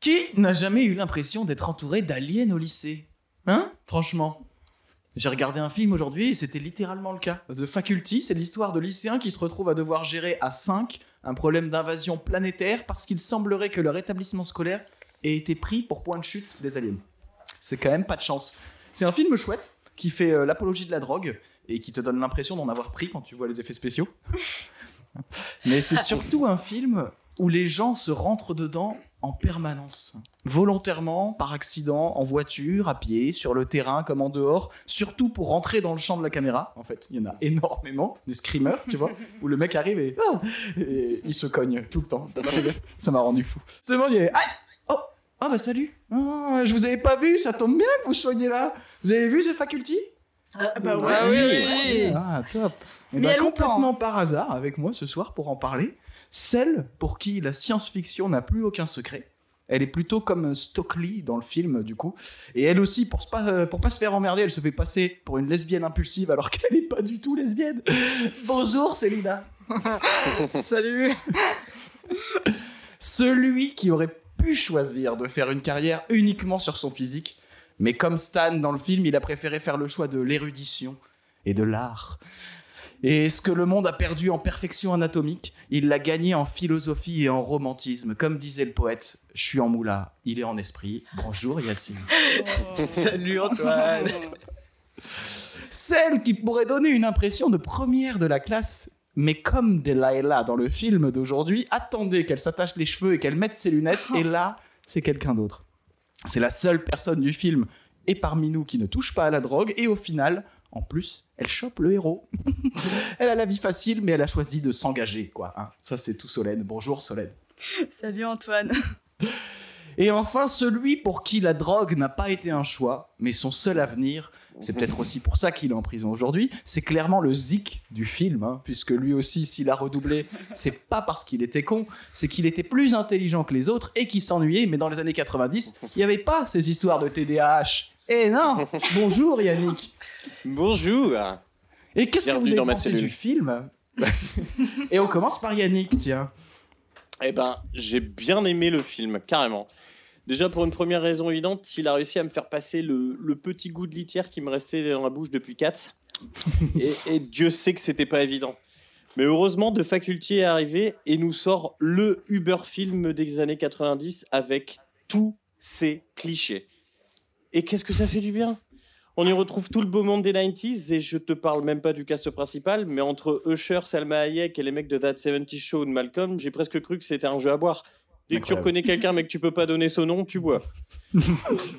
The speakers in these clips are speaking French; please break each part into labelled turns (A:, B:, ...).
A: Qui n'a jamais eu l'impression d'être entouré d'aliens au lycée Hein Franchement. J'ai regardé un film aujourd'hui et c'était littéralement le cas. The Faculty, c'est l'histoire de lycéens qui se retrouvent à devoir gérer à 5 un problème d'invasion planétaire parce qu'il semblerait que leur établissement scolaire ait été pris pour point de chute des aliens. C'est quand même pas de chance. C'est un film chouette qui fait euh, l'apologie de la drogue et qui te donne l'impression d'en avoir pris quand tu vois les effets spéciaux. Mais c'est surtout un film où les gens se rentrent dedans en permanence. Volontairement, par accident, en voiture, à pied, sur le terrain comme en dehors, surtout pour rentrer dans le champ de la caméra. En fait, il y en a énormément, des screamers, tu vois, où le mec arrive et, Ah et il se cogne tout le temps. Ça m'a rendu fou. Je demande, il y avait, Aïe Oh Ah bah salut Ah, Je vous avais pas vu, ça tombe bien que vous soyez là Vous avez vu The Faculty
B: Ah, bah ouais.
C: Ah oui, oui.
A: ah, top. Et
B: Mais
A: bah,
B: il y a longtemps.
A: complètement par hasard, avec moi ce soir pour en parler, celle pour qui la science-fiction n'a plus aucun secret. Elle est plutôt comme Stockley dans le film, du coup. Et elle aussi, pour se pas, euh, pour pas se faire emmerder, elle se fait passer pour une lesbienne impulsive alors qu'elle n'est pas du tout lesbienne. Bonjour, Célina.
C: Salut
A: Celui qui aurait pu choisir de faire une carrière uniquement sur son physique, mais comme Stan dans le film, il a préféré faire le choix de l'érudition et de l'art. Et ce que le monde a perdu en perfection anatomique, il l'a gagné en philosophie et en romantisme. Comme disait le poète, je suis en moula, il est en esprit. Bonjour Yacine.
C: Salut Antoine
A: Celle qui pourrait donner une impression de première de la classe, mais comme Delilah dans le film d'aujourd'hui, attendez qu'elle s'attache les cheveux et qu'elle mette ses lunettes, et là, c'est quelqu'un d'autre. C'est la seule personne du film et parmi nous qui ne touche pas à la drogue, et au final, en plus, elle chope le héros. elle a la vie facile, mais elle a choisi de s'engager, quoi. hein. Ça, c'est tout Solène. Bonjour Solène.
B: Salut Antoine.
A: Et enfin, celui pour qui la drogue n'a pas été un choix, mais son seul avenir, c'est peut-être aussi pour ça qu'il est en prison aujourd'hui, c'est clairement le zik du film, hein, puisque lui aussi, s'il a redoublé, c'est pas parce qu'il était con, c'est qu'il était plus intelligent que les autres et qu'il s'ennuyait, mais dans les années 90, il n'y avait pas ces histoires de TDAH. Eh non Bonjour Yannick
D: Bonjour
A: Et qu'est-ce que vous
D: Bienvenue
A: avez
D: dans ma
A: pensé
D: cellule.
A: du film Et on commence par Yannick, tiens.
D: Eh ben, j'ai bien aimé le film, carrément. Déjà, pour une première raison évidente, il a réussi à me faire passer le, le petit goût de litière qui me restait dans la bouche depuis 4. Et, et Dieu sait que c'était pas évident. Mais heureusement, The Faculty est arrivé et nous sort le Uber film des années 90 avec tous ses clichés. Et qu'est-ce que ça fait du bien On y retrouve tout le beau monde des 90s et je te parle même pas du cast principal, mais entre Usher, Salma Hayek et les mecs de That 70 Show ou de Malcolm, j'ai presque cru que c'était un jeu à boire. Dès que tu
A: Incroyable.
D: reconnais quelqu'un mais que tu peux pas donner son nom, tu bois.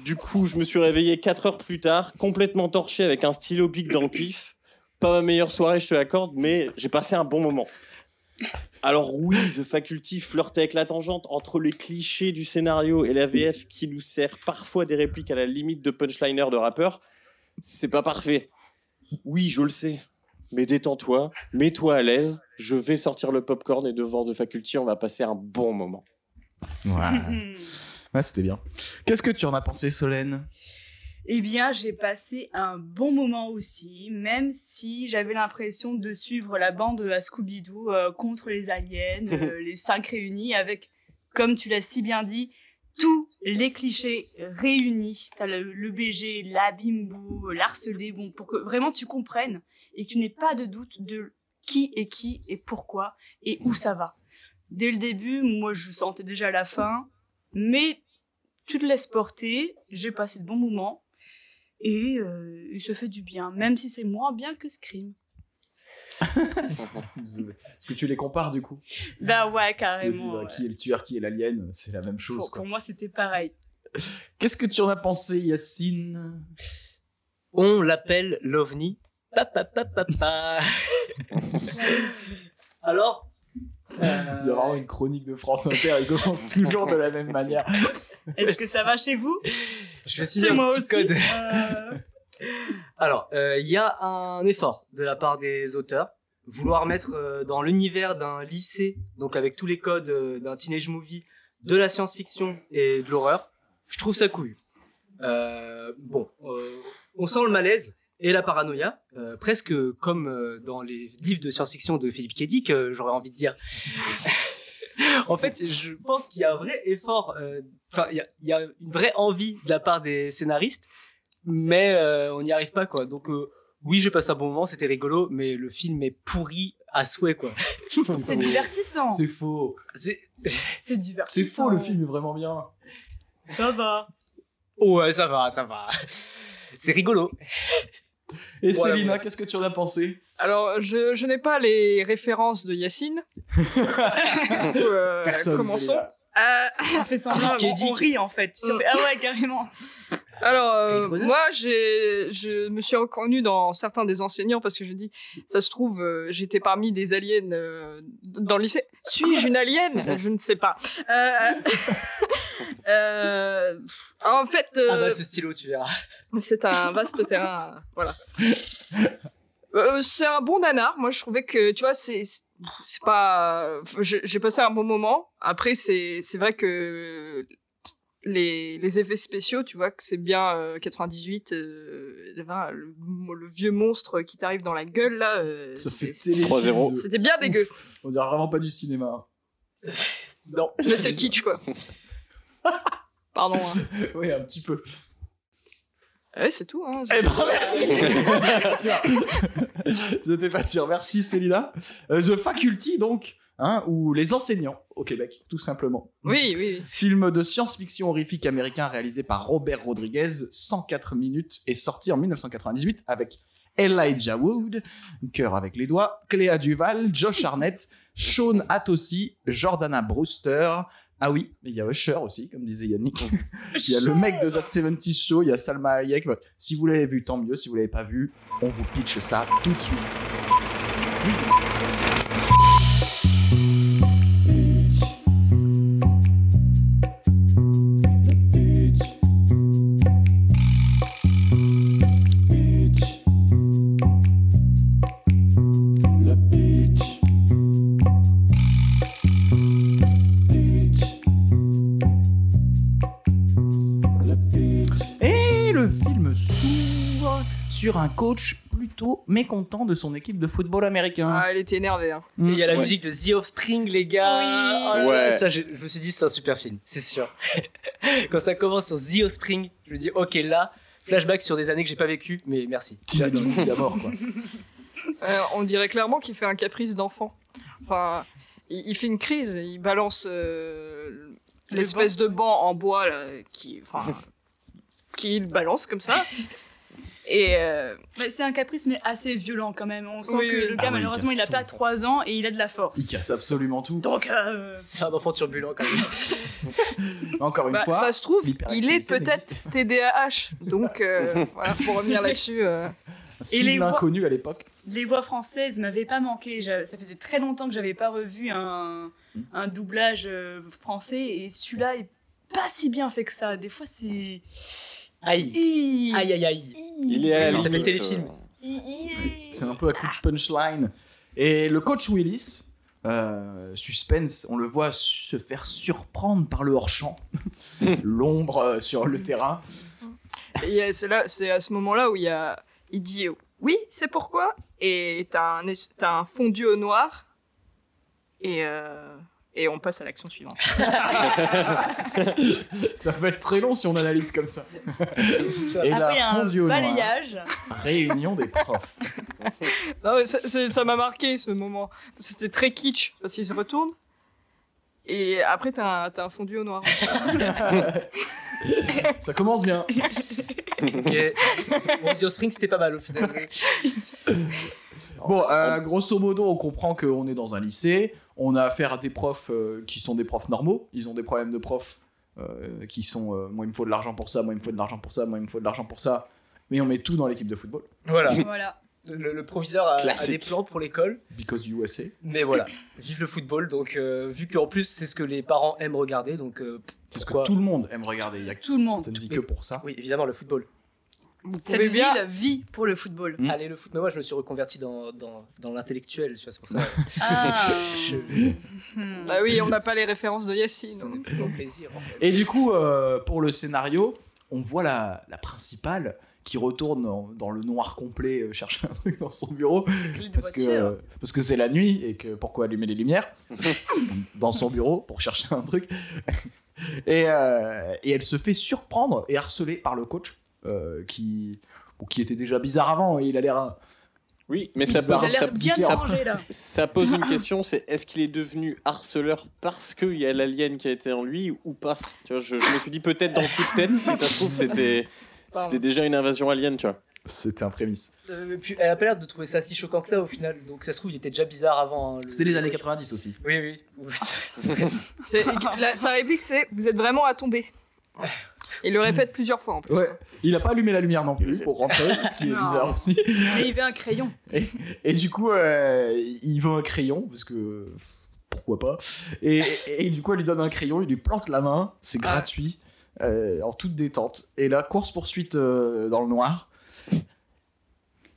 D: du coup, je me suis réveillé 4 heures plus tard, complètement torché avec un stylo pic dans le pif. Pas ma meilleure soirée, je te l'accorde, mais j'ai passé un bon moment. Alors oui, The Faculty flirte avec la tangente entre les clichés du scénario et la VF qui nous sert parfois des répliques à la limite de punchliner de rappeur. C'est pas parfait. Oui, je le sais. Mais détends-toi, mets-toi à l'aise. Je vais sortir le popcorn et devant The Faculty, on va passer un bon moment.
A: ouais c'était bien. Qu'est-ce que tu en as pensé, Solène
B: Eh bien, j'ai passé un bon moment aussi, même si j'avais l'impression de suivre la bande à Scooby-Doo euh, contre les aliens, euh, les cinq réunis, avec, comme tu l'as si bien dit, tous les clichés réunis. T'as le, le BG, la bimbo, l'harcelé, bon, pour que vraiment tu comprennes et que tu n'aies pas de doute de qui est qui et pourquoi et où ça va. Dès le début, moi, je sentais déjà la fin, mais tu te laisses porter, j'ai passé de bons moments et euh, il se fait du bien, même si c'est moins bien que Scream.
A: Est-ce que tu les compares du coup
B: Bah ouais,
A: Je te dis,
B: carrément.
A: bah, qui est le tueur, qui est l'alien, euh, c'est la même chose.
B: Pour,
A: quoi.
B: pour moi, c'était pareil.
A: Qu'est-ce que tu en as pensé, Yacine
C: On l'appelle l'OVNI. Pa, pa, pa, pa, pa. Alors euh,
A: Il y a vraiment une chronique de France Inter, il commence toujours de la même manière.
B: Est-ce que ça va chez vous
C: Je
B: Chez
C: vais signer
B: moi
C: un petit
B: aussi.
C: code.
B: Euh,
C: Alors, euh, il y a un effort de la part des auteurs. Vouloir mettre euh, dans l'univers d'un lycée, donc avec tous les codes euh, d'un teenage movie, de la science-fiction et de l'horreur, je trouve ça couillu. Euh, bon, euh, on sent le malaise et la paranoïa, euh, presque comme euh, dans les livres de science-fiction de Philippe K. Dick, euh, j'aurais envie de dire. En fait, je pense qu'il y a un vrai effort, euh, enfin, il y a- il y, a une vraie envie de la part des scénaristes, mais euh, on n'y arrive pas, quoi. Donc, euh, oui, j'ai passé un bon moment, c'était rigolo, mais le film est pourri à souhait, quoi.
B: C'est divertissant.
A: C'est faux.
C: C'est-
B: C'est
A: C'est
B: divertissant.
A: faux, le film est vraiment bien.
B: Ça va.
C: Oh, ouais, ça va, ça va. C'est rigolo.
A: Et
C: Voilà,
A: Célina,
C: voilà.
A: qu'est-ce que tu en as pensé
E: Alors, je, je n'ai pas les références de Yacine. Du coup, euh, commençons.
A: Célina.
E: Euh,
B: On fait semblant,
C: Qui est
B: on,
C: dit-
B: on rit en fait.
E: Mm.
B: Ah ouais, carrément.
E: alors, euh,
C: Blade Runner.
E: moi, j'ai, je me suis reconnue dans certains des enseignants parce que je dis, ça se trouve, euh, j'étais parmi des aliens euh, dans le lycée. Suis-je une alien Je ne sais pas. Euh, euh, en fait, euh,
C: Ah bah, ce stylo, tu verras.
E: C'est un vaste terrain, euh, voilà. Euh, c'est un bon nanar. Moi, je trouvais que, tu vois, c'est c'est- c'est pas. J'ai j'ai passé un bon moment. Après, c'est c'est vrai que les, les effets spéciaux, tu vois, que c'est bien euh, 98, euh, voilà, le, le vieux monstre qui t'arrive dans la gueule là. euh,
A: Ça fait
E: c'est-
D: 3-0.
A: téléfilm de-
E: C'était bien dégueu,
A: On dirait vraiment pas du cinéma.
C: Non.
E: mais c'est kitsch quoi. Pardon. Hein.
A: oui, un petit peu.
E: Ouais, c'est tout. Hein.
A: Eh ben, merci Tiens. J'étais pas sûr. Merci, Célina. Euh, The Faculty, donc, hein, ou Les Enseignants au Québec, tout simplement.
E: Oui, oui.
A: Film de science-fiction horrifique américain réalisé par Robert Rodriguez, 104 minutes, et sorti en 1998 avec Elijah Wood, cœur avec les doigts, Cléa Duval, Josh Arnett, Sean Atossi, Jordana Brewster. Ah oui, mais il y a Usher aussi, comme disait Yannick. Il y a le mec de That 70 Show, il y a Salma Hayek. Bah, Si vous l'avez vu, tant mieux. Si vous l'avez pas vu, on vous pitch ça tout de suite. Musique. Et le film s'ouvre sur un coach plutôt mécontent de son équipe de football américain.
E: Ah, elle était énervée. Hein.
C: Et Il y a la
D: Ouais.
C: musique de The Offspring, les gars.
B: hmm, Oui.
C: Oh là là,
D: Ouais.
C: Ça, je, je me suis dit, c'est un super film, c'est sûr. Quand ça commence sur The Offspring, je me dis, ok, là, flashback sur des années que j'ai pas vécues, mais merci.
A: Qui a tout dit d'abord, quoi.
E: Euh, on dirait clairement qu'il fait un caprice d'enfant. Enfin, il, il fait une crise, il balance euh, l'espèce de banc en bois là, qui, enfin, qu'il balance comme ça. Et euh,
B: Mais c'est un caprice, mais assez violent quand même. On sent
E: Oui,
B: que
E: oui.
B: le
A: Ah
B: gars,
A: ouais, il
B: malheureusement, il a
A: casse
B: pas
A: tout.
B: 3 ans et il a de la force.
A: Il casse absolument tout.
B: Donc, euh,
C: C'est un enfant turbulent quand même.
A: Encore une
E: bah,
A: fois.
E: ça se trouve, il
A: l'hyperactivité
E: est peut-être TDAH. Donc, euh, voilà, pour revenir là-dessus. euh,
A: Si
B: Et les voix-
A: l'inconnu à l'époque.
B: les voix françaises m'avaient pas manqué. J'a- Ça faisait très longtemps que j'avais pas revu un, un doublage euh, français et celui-là est pas si bien fait que ça. Des fois, c'est.
C: Aïe.
B: Hi.
C: Aïe, aïe, aïe.
D: Il est à
C: Ça
D: la
C: s'appelle
D: limite,
C: téléfilm.
D: euh,
B: Hi, hi.
A: C'est un peu à coup de punchline. Et le coach Willis, euh, suspense, on le voit se faire surprendre par le hors-champ, l'ombre euh, sur le terrain.
E: et, euh, c'est là, c'est à ce moment-là où il y a, il dit euh, oui, c'est pourquoi. Et t'as un, es- t'as un fondu au noir. Et euh, et on passe à l'action suivante.
A: Ça peut être très long si on analyse comme ça.
C: C'est ça.
A: Et
B: Après, il y a
A: la
B: un
A: fondue au noir.
B: balayage.
A: Réunion des profs.
E: Non, mais ça- Ah c'est- ça m'a marqué ce moment. C'était très kitsch parce qu'il se retourne. Et après, t'as un, t'as un fondu au noir.
A: Ça commence bien.
C: Ok. Bon, The Offspring, c'était pas mal au final.
A: Bon,
B: Ah.
A: euh, grosso modo, on comprend qu'on est dans un lycée. On a affaire à des profs euh, qui sont des profs normaux. Ils ont des problèmes de profs euh, qui sont euh, moi, il me faut de l'argent pour ça, moi, il me faut de l'argent pour ça, moi, il me faut de l'argent pour ça. Mais on met tout dans l'équipe de football.
C: Voilà.
B: voilà.
C: Le, le proviseur a, a
D: Classique.
C: des plans pour l'école,
A: Because USA.
C: mais voilà. Vive le football, donc euh, vu qu'en plus, c'est ce que les parents aiment regarder, donc euh,
A: C'est ce que
C: Pourquoi
A: tout le monde aime regarder. Il y a
B: Tout le monde.
A: Ça ne vit que pour ça.
C: oui, évidemment, le football.
E: Vous pouvez
B: Cette
E: bien.
B: ville vit pour le football.
A: Mm.
C: Allez, le foot, mais moi je me suis reconverti dans, dans, dans l'intellectuel, tu vois, c'est pour ça.
B: Ah.
C: je,
B: Hmm.
E: Ah oui, on n'a pas les références de Yacine.
C: ça n'est plus mon plaisir. en fait.
A: Et du coup, euh, pour le scénario, on voit la, la principale qui retourne en- dans le noir complet euh, chercher un truc dans son bureau
B: clés de
A: parce que
B: voiture.
A: euh, parce que c'est la nuit et que pourquoi allumer les lumières dans son bureau pour chercher un truc et, euh, et elle se fait surprendre et harceler par le coach euh, qui bon, qui était déjà bizarre avant et il a l'air un-
D: Oui, mais
A: Il
D: ça,
A: a
D: pose-
B: J'ai l'air
D: ça-
B: bien
A: bizarre.
B: dérangé là.
D: ça pose une question, c'est est-ce qu'il est devenu harceleur parce qu'il y a l'alien qui a été en lui ou pas Tu vois, je, je me suis dit peut-être dans le coup de tête, si ça se trouve, c'était
E: Pardon.
D: c'était déjà une invasion alien, tu vois.
A: c'était un prémisse
C: Euh, et puis, elle a pas l'air de trouver ça si choquant que ça au final, donc ça se trouve, il était déjà bizarre avant. hein, le-
A: c'est les années 90 aussi
C: Oui, oui. C'est-
E: C'est- la- sa réplique, c'est Vous êtes vraiment à tomber. Il le répète plusieurs fois en plus.
A: ouais il a pas allumé la lumière non plus pour rentrer ce qui est
B: Non.
A: bizarre aussi
B: Mais il veut un crayon.
A: Et du coup, euh, il veut un crayon, parce que pourquoi pas. Et, et du coup, elle lui donne un crayon, il lui plante la main, c'est
E: Ah.
A: gratuit, euh, en toute détente. Et là, course-poursuite euh, dans le noir.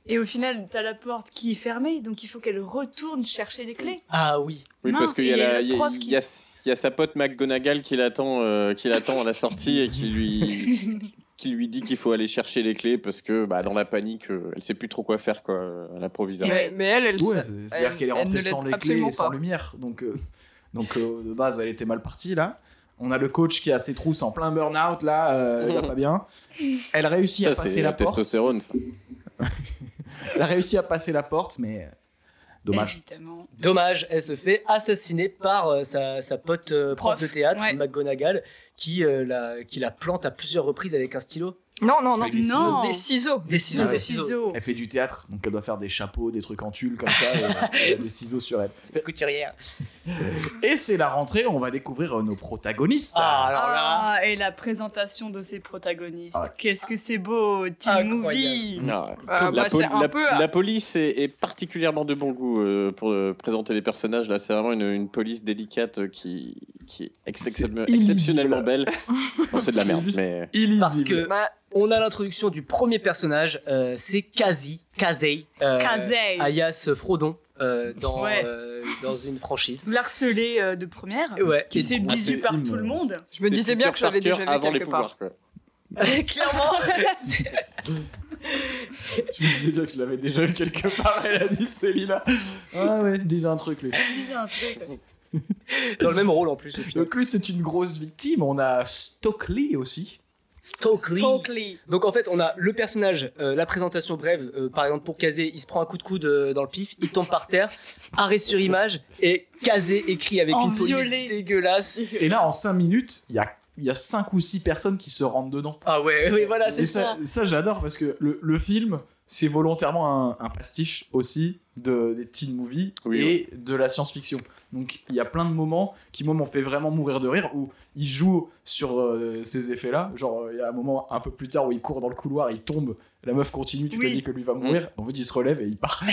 B: Et au final, t'as la porte qui est fermée, donc il faut qu'elle retourne chercher les clés.
C: Ah oui.
D: Oui,
B: Mince,
D: parce qu'il y, a
B: il y a
D: la-
B: le
D: il y a-
B: prof
D: il
B: qui-
D: y a- il y a sa pote McGonagall qui l'attend euh, qui l'attend à la sortie et qui lui, qui lui dit qu'il faut aller chercher les clés parce que bah, dans la panique, euh, elle sait plus trop quoi faire quoi, à la provisoire.
E: Mais, mais elle, elle,
A: Ouais,
E: sait-
A: c'est- c'est-à-dire
E: elle-
A: qu'elle est
E: elle ne
A: rentrée
E: l'aide
A: sans les clés
E: absolument
A: et sans
E: pas.
A: lumière. Donc, euh, donc euh, de base, elle était mal partie, là. On a le coach qui a ses trousses en plein burn-out, là, euh, il va pas bien. Elle réussit
D: Ça,
A: à passer
D: c'est la
A: la porte.
D: testostérone, ça.
A: Elle a réussi à passer la porte, mais euh, dommage.
B: Évidemment.
C: Dommage, elle se fait assassiner par euh, sa, sa pote euh, prof,
B: Prof,
C: de théâtre,
B: ouais.
C: McGonagall, qui, euh, la, qui la plante à plusieurs reprises avec un stylo.
E: Non, non, non.
A: Avec des
B: Non. ciseaux.
C: Des
E: Des ciseaux.
C: ciseaux,
A: Ah
C: des
A: ouais.
C: ciseaux.
B: ciseaux.
A: Elle fait du théâtre, donc elle doit faire des chapeaux, des trucs en tulle comme ça, et, elle a des ciseaux sur elle.
C: Couturière.
A: Et c'est la rentrée, on va découvrir euh, nos protagonistes.
C: Ah, alors là.
B: Ah, et la présentation de ses protagonistes.
A: Ah.
B: Qu'est-ce que c'est beau, Teen
C: Incroyable.
B: Movie
D: Ah,
E: Ah,
D: la, poli-
E: bah, c'est un
D: la-
E: peu-
D: la police est, est particulièrement de bon goût euh, pour euh, présenter les personnages. Là, c'est vraiment une, une police délicate euh, qui, qui est ex-
A: C'est
D: excep-
A: illisible.
D: exceptionnellement belle. Bon, c'est de la
A: C'est
D: merde,
A: juste-
D: mais
A: illisible.
C: Parce que
E: Bah,
C: on a l'introduction du premier personnage, euh, c'est Kazi, Kazei, euh,
B: Kazei.
C: alias Frodon, euh, dans,
B: Ouais.
C: euh, dans une franchise.
B: L'harcelé euh, de première.
C: Et Ouais,
B: Qui
C: et
B: se fait
D: Ah,
B: bisous
D: c'est
B: par
A: Tim,
B: tout le
A: euh.
B: monde.
E: Je me
D: c'est
E: disais bien
D: Peter
E: que je l'avais
D: Parker
E: déjà vu
D: avant les
E: quelque part.
D: pouvoirs. quoi.
B: Clairement.
A: Je me disais bien que je l'avais déjà vu quelque part, elle a dit Célina. Ah ouais, disait un truc lui.
B: Disais un truc.
C: dans le même rôle en plus. au final.
A: Donc lui c'est une grosse victime, on a Stockley aussi.
C: Stokely.
B: Stokely.
C: Donc en fait, on a le personnage, euh, la présentation brève, euh, par exemple pour Kazé, il se prend un coup de coude euh, dans le pif, il tombe par terre, arrêt sur image, et Kazé écrit avec
B: En
C: une police
B: violet.
C: dégueulasse.
A: Et là en 5 minutes, il y a, il y a 5 ou 6 personnes qui se rentrent dedans.
C: Ah ouais, oui, voilà, c'est
A: Et
C: ça.
A: ça, ça, j'adore parce que le, le film c'est volontairement un, un pastiche aussi de, des teen movies
D: Oui,
A: et de la science-fiction. Donc il y a plein de moments qui moi m'ont fait vraiment mourir de rire où il joue sur euh, ces effets-là. Genre euh, il y a un moment un peu plus tard où il court dans le couloir, il tombe, la meuf continue, tu te
B: Oui.
A: dis que lui
D: Mm.
A: va mourir, en fait il se relève et il part.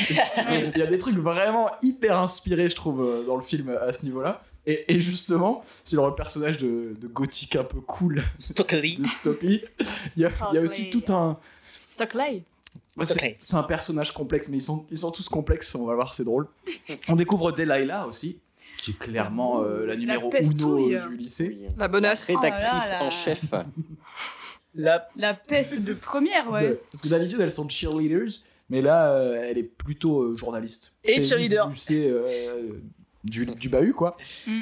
A: il y a des trucs vraiment hyper inspirés je trouve euh, dans le film à ce niveau-là. Et, et justement, sur le personnage de, de gothique un peu cool
C: Stokely.
A: de Stockley, il y a- il y a aussi tout un,
B: Stokely.
A: Ouais,
C: Ok.
A: c'est c'est un personnage complexe, mais ils sont, ils sont tous complexes, on va voir, c'est drôle. on découvre Delilah aussi, qui est clairement euh, la numéro uno
B: pestouille.
A: euh, du lycée.
D: Oui.
E: la bonasse.
D: Rédactrice
B: Oh là là.
D: en chef.
C: La...
B: La peste de première, ouais.
A: De- Parce que d'habitude, elles sont cheerleaders, mais là, euh, elle est plutôt euh, journaliste.
C: Et
A: C'est
C: cheerleader.
A: Du, lycée, euh, du, du bahut, quoi.
B: Mm.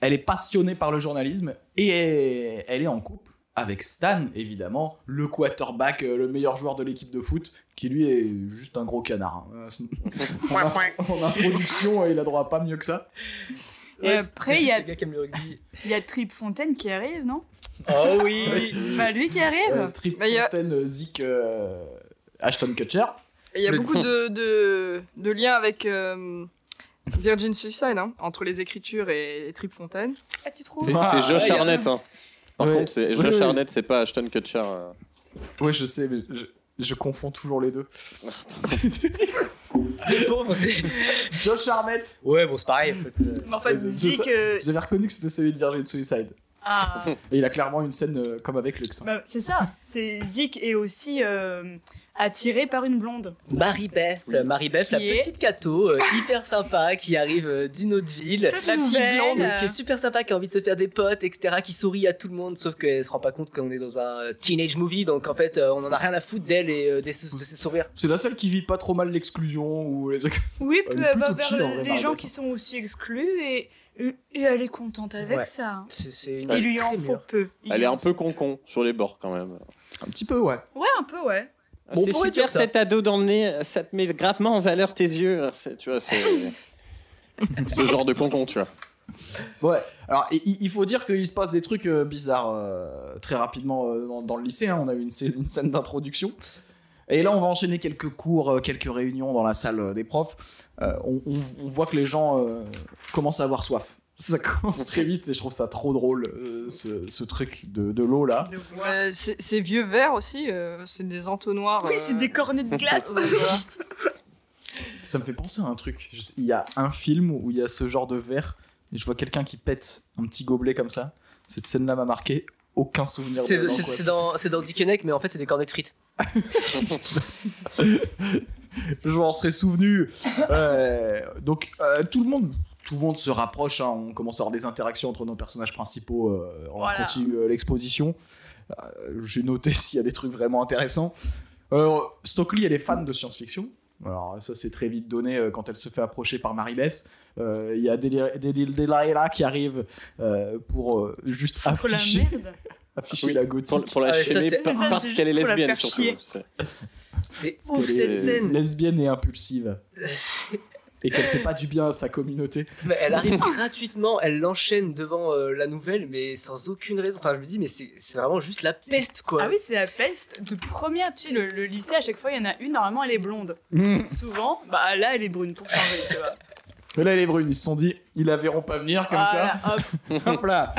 A: Elle est passionnée par le journalisme et elle- elle est en couple avec Stan, évidemment, le quarterback, euh, le meilleur joueur de l'équipe de foot, qui lui est juste un gros canard. hein. En intro- en introduction, euh, il a droit à pas mieux que ça.
B: Et
C: Ouais,
B: après,
C: c'est
B: il y a-
C: juste le gars qui aime le rugby.
B: Il y a Trip Fontaine qui arrive, non
C: Oh oui
B: C'est pas lui qui arrive
A: Euh, Trip
E: Mais Eh ben. Bah, il y a-
A: Fontaine, euh, Zeke, euh, Ashton Kutcher.
E: Et Il y a
C: Le-
E: beaucoup de, de, de liens avec euh, Virgin Suicide, hein, entre les écritures et, et Trip Fontaine.
B: Ah, tu
D: C'est,
B: trouves
A: Ah,
D: c'est Josh
C: ouais, y a-
D: Arnett. hein. Par
A: Ouais.
D: contre, c'est
A: Oui,
D: Josh
A: oui.
D: Arnett, c'est pas Ashton Kutcher. euh.
A: Ouais, je sais, mais je, je confonds toujours les deux.
C: Le pauvre, t'sais.
A: Josh Arnett
C: Ouais, bon, c'est pareil. En fait. euh,
B: Mais en fait,
A: C'est
B: Zeke, euh,
A: ça. J'avais reconnu que c'était celui de Virgin Suicide.
B: Ah,
A: Et il a clairement une scène euh, comme avec le Xin.
B: bah, c'est ça. C'est Zik est aussi euh, attiré par une blonde.
C: Marie-Beth, Marie-Beth,
B: Qui
C: la
B: est-
C: petite cato, euh, hyper sympa, qui arrive euh, d'une autre ville,
E: La petite blonde
C: et qui est super sympa, qui a envie de se faire des potes, etc., qui sourit à tout le monde, sauf qu'elle se rend pas compte qu'on est dans un euh, teenage movie, donc en fait, euh, on en a rien à foutre d'elle et euh, des- de ses sourires.
A: C'est la seule qui vit pas trop mal l'exclusion ou les trucs.
B: Oui,
A: Elle est
B: puis elle va
A: plutôt
B: vers
A: chill, en vrai,
B: les
A: Marie
B: gens
A: Beth.
B: qui sont aussi exclus et, et, et elle est contente avec
C: Ouais.
B: ça. hein.
C: C'est- C'est une
B: Il lui en
C: très
B: faut
C: mûre.
B: peu. Il
D: Elle est
B: lui
D: un
B: en
D: peu
B: faut-
D: con-con sur les bords quand même.
A: Un petit peu, ouais.
B: Ouais, un peu, ouais.
C: Bon, on
D: c'est
C: pourrait
D: super
C: dire ça.
D: cet ado dans le nez, ça te met gravement en valeur tes yeux. C'est- Tu vois, c'est ce genre de concon, tu vois.
A: Ouais. Alors, i- i- il faut dire qu'il se passe des trucs euh, bizarres euh, très rapidement euh, dans, dans le lycée. hein. On a eu une, scè- une scène d'introduction. Et là, on va enchaîner quelques cours, euh, quelques réunions dans la salle euh, des profs. Euh, on, on- on voit que les gens euh, commencent à avoir soif. Ça commence très vite et je trouve ça trop drôle, euh, ce, ce truc de, de l'eau là.
E: Ouais, c'est c'est vieux verre aussi, euh, c'est des entonnoirs.
B: Oui,
E: euh,
B: c'est des cornets de glace.
E: ouais, voilà.
A: Ça me fait penser à un truc. Je sais- Il y a un film où il y a ce genre de verre et je vois quelqu'un qui pète un petit gobelet comme ça. Cette scène-là m'a marqué. Aucun souvenir.
C: C'est-
A: dedans,
C: C'est
A: quoi.
C: c'est dans, c'est dans Dick and Egg, mais en fait, c'est des cornets de frites.
A: je m'en serais souvenu. Euh, donc euh, tout le monde, tout le monde se rapproche. hein. on commence à avoir des interactions entre nos personnages principaux. euh, on
B: Voilà.
A: continue euh, l'exposition. Euh, J'ai noté s'il y a des trucs vraiment intéressants. Alors, Stockley, elle est fan de science-fiction. Alors ça c'est très vite donné euh, quand elle se fait approcher par Marie-Bess. Euh, Il y a Deli- Deli- Delilah qui arrive euh, pour euh, juste
B: Pour la
A: afficher,
B: merde.
A: afficher
D: Oui,
A: la
D: Pour,
A: gothique.
D: pour la
C: Ah, mais ça,
D: chaîner
C: c'est-
D: par-
B: ça, c'est
D: parce
B: juste
D: qu'elle est
B: pour la
D: lesbienne,
B: faire
D: surtout.
B: chier.
D: C'est-
C: C'est
A: Parce
C: ouf
A: qu'elle
C: cette
A: est
C: scène!
A: Lesbienne et impulsive. et qu'elle fait pas du bien à sa communauté.
C: Mais elle arrive gratuitement, elle l'enchaîne devant euh, la nouvelle, mais sans aucune raison. Enfin, je me dis, mais c'est c'est vraiment juste la peste, quoi.
B: Ah oui, c'est la peste de première. Tu sais, le, le lycée, à chaque fois, il y en a une. Normalement, elle est blonde. Souvent, bah là, elle est brune pour changer, tu vois.
A: Mais là, les brunes, ils se sont dit, ils la verront pas venir comme
B: Voilà, hop.
A: ça. Hop là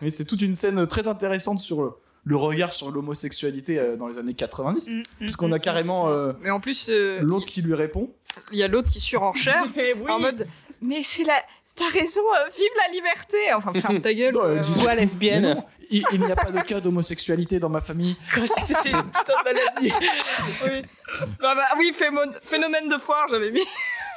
A: Mais c'est toute une scène très intéressante sur le, le regard sur l'homosexualité euh, dans les années 90.
B: Mm, mm,
A: Parce qu'on a
B: mm,
A: carrément euh,
E: Mais en plus, euh,
A: l'autre qui lui répond.
E: il y a l'autre qui surenchère
B: mm. Eh oui.
E: en mode Mais c'est la. T'as raison, euh, vive la liberté Enfin, ferme ta gueule.
A: Non, Bah, elle
E: euh,
A: dit-
D: Sois
A: Mais
D: lesbienne.
A: non, il, il n'y a pas de cas d'homosexualité dans ma famille.
C: Comme si c'était une putain de maladie.
E: oui. Bah, bah, oui, phémo- phénomène de foire, j'avais mis.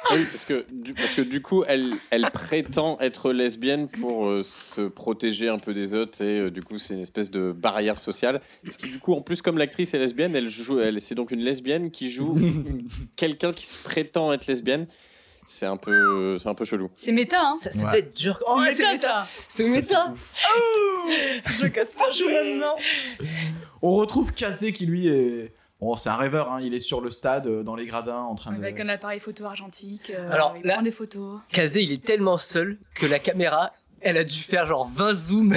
D: Ah Oui, parce que du, parce que du coup, elle, elle prétend être lesbienne pour euh, se protéger un peu des autres et euh, du coup, c'est une espèce de barrière sociale. Parce que du coup, en plus, comme l'actrice est lesbienne, elle joue, elle, c'est donc une lesbienne qui joue quelqu'un qui se prétend être lesbienne. C'est un peu, c'est un peu chelou.
B: C'est méta, hein.
C: Ça, ça
A: Ouais.
C: fait être dur. Oh,
B: c'est
C: c'est
B: méta,
C: méta!
B: ça.
C: C'est méta! Je casse pas joue maintenant!
A: On retrouve Kazé qui, lui, est. Bon, c'est un rêveur, hein, il est sur le stade, euh, dans les gradins, en train de.
B: Avec un appareil photo argentique. euh,
C: Alors,
B: il
C: là-
B: prend des photos.
C: Kazé, il est tellement seul que la caméra, elle a dû faire genre 20 zooms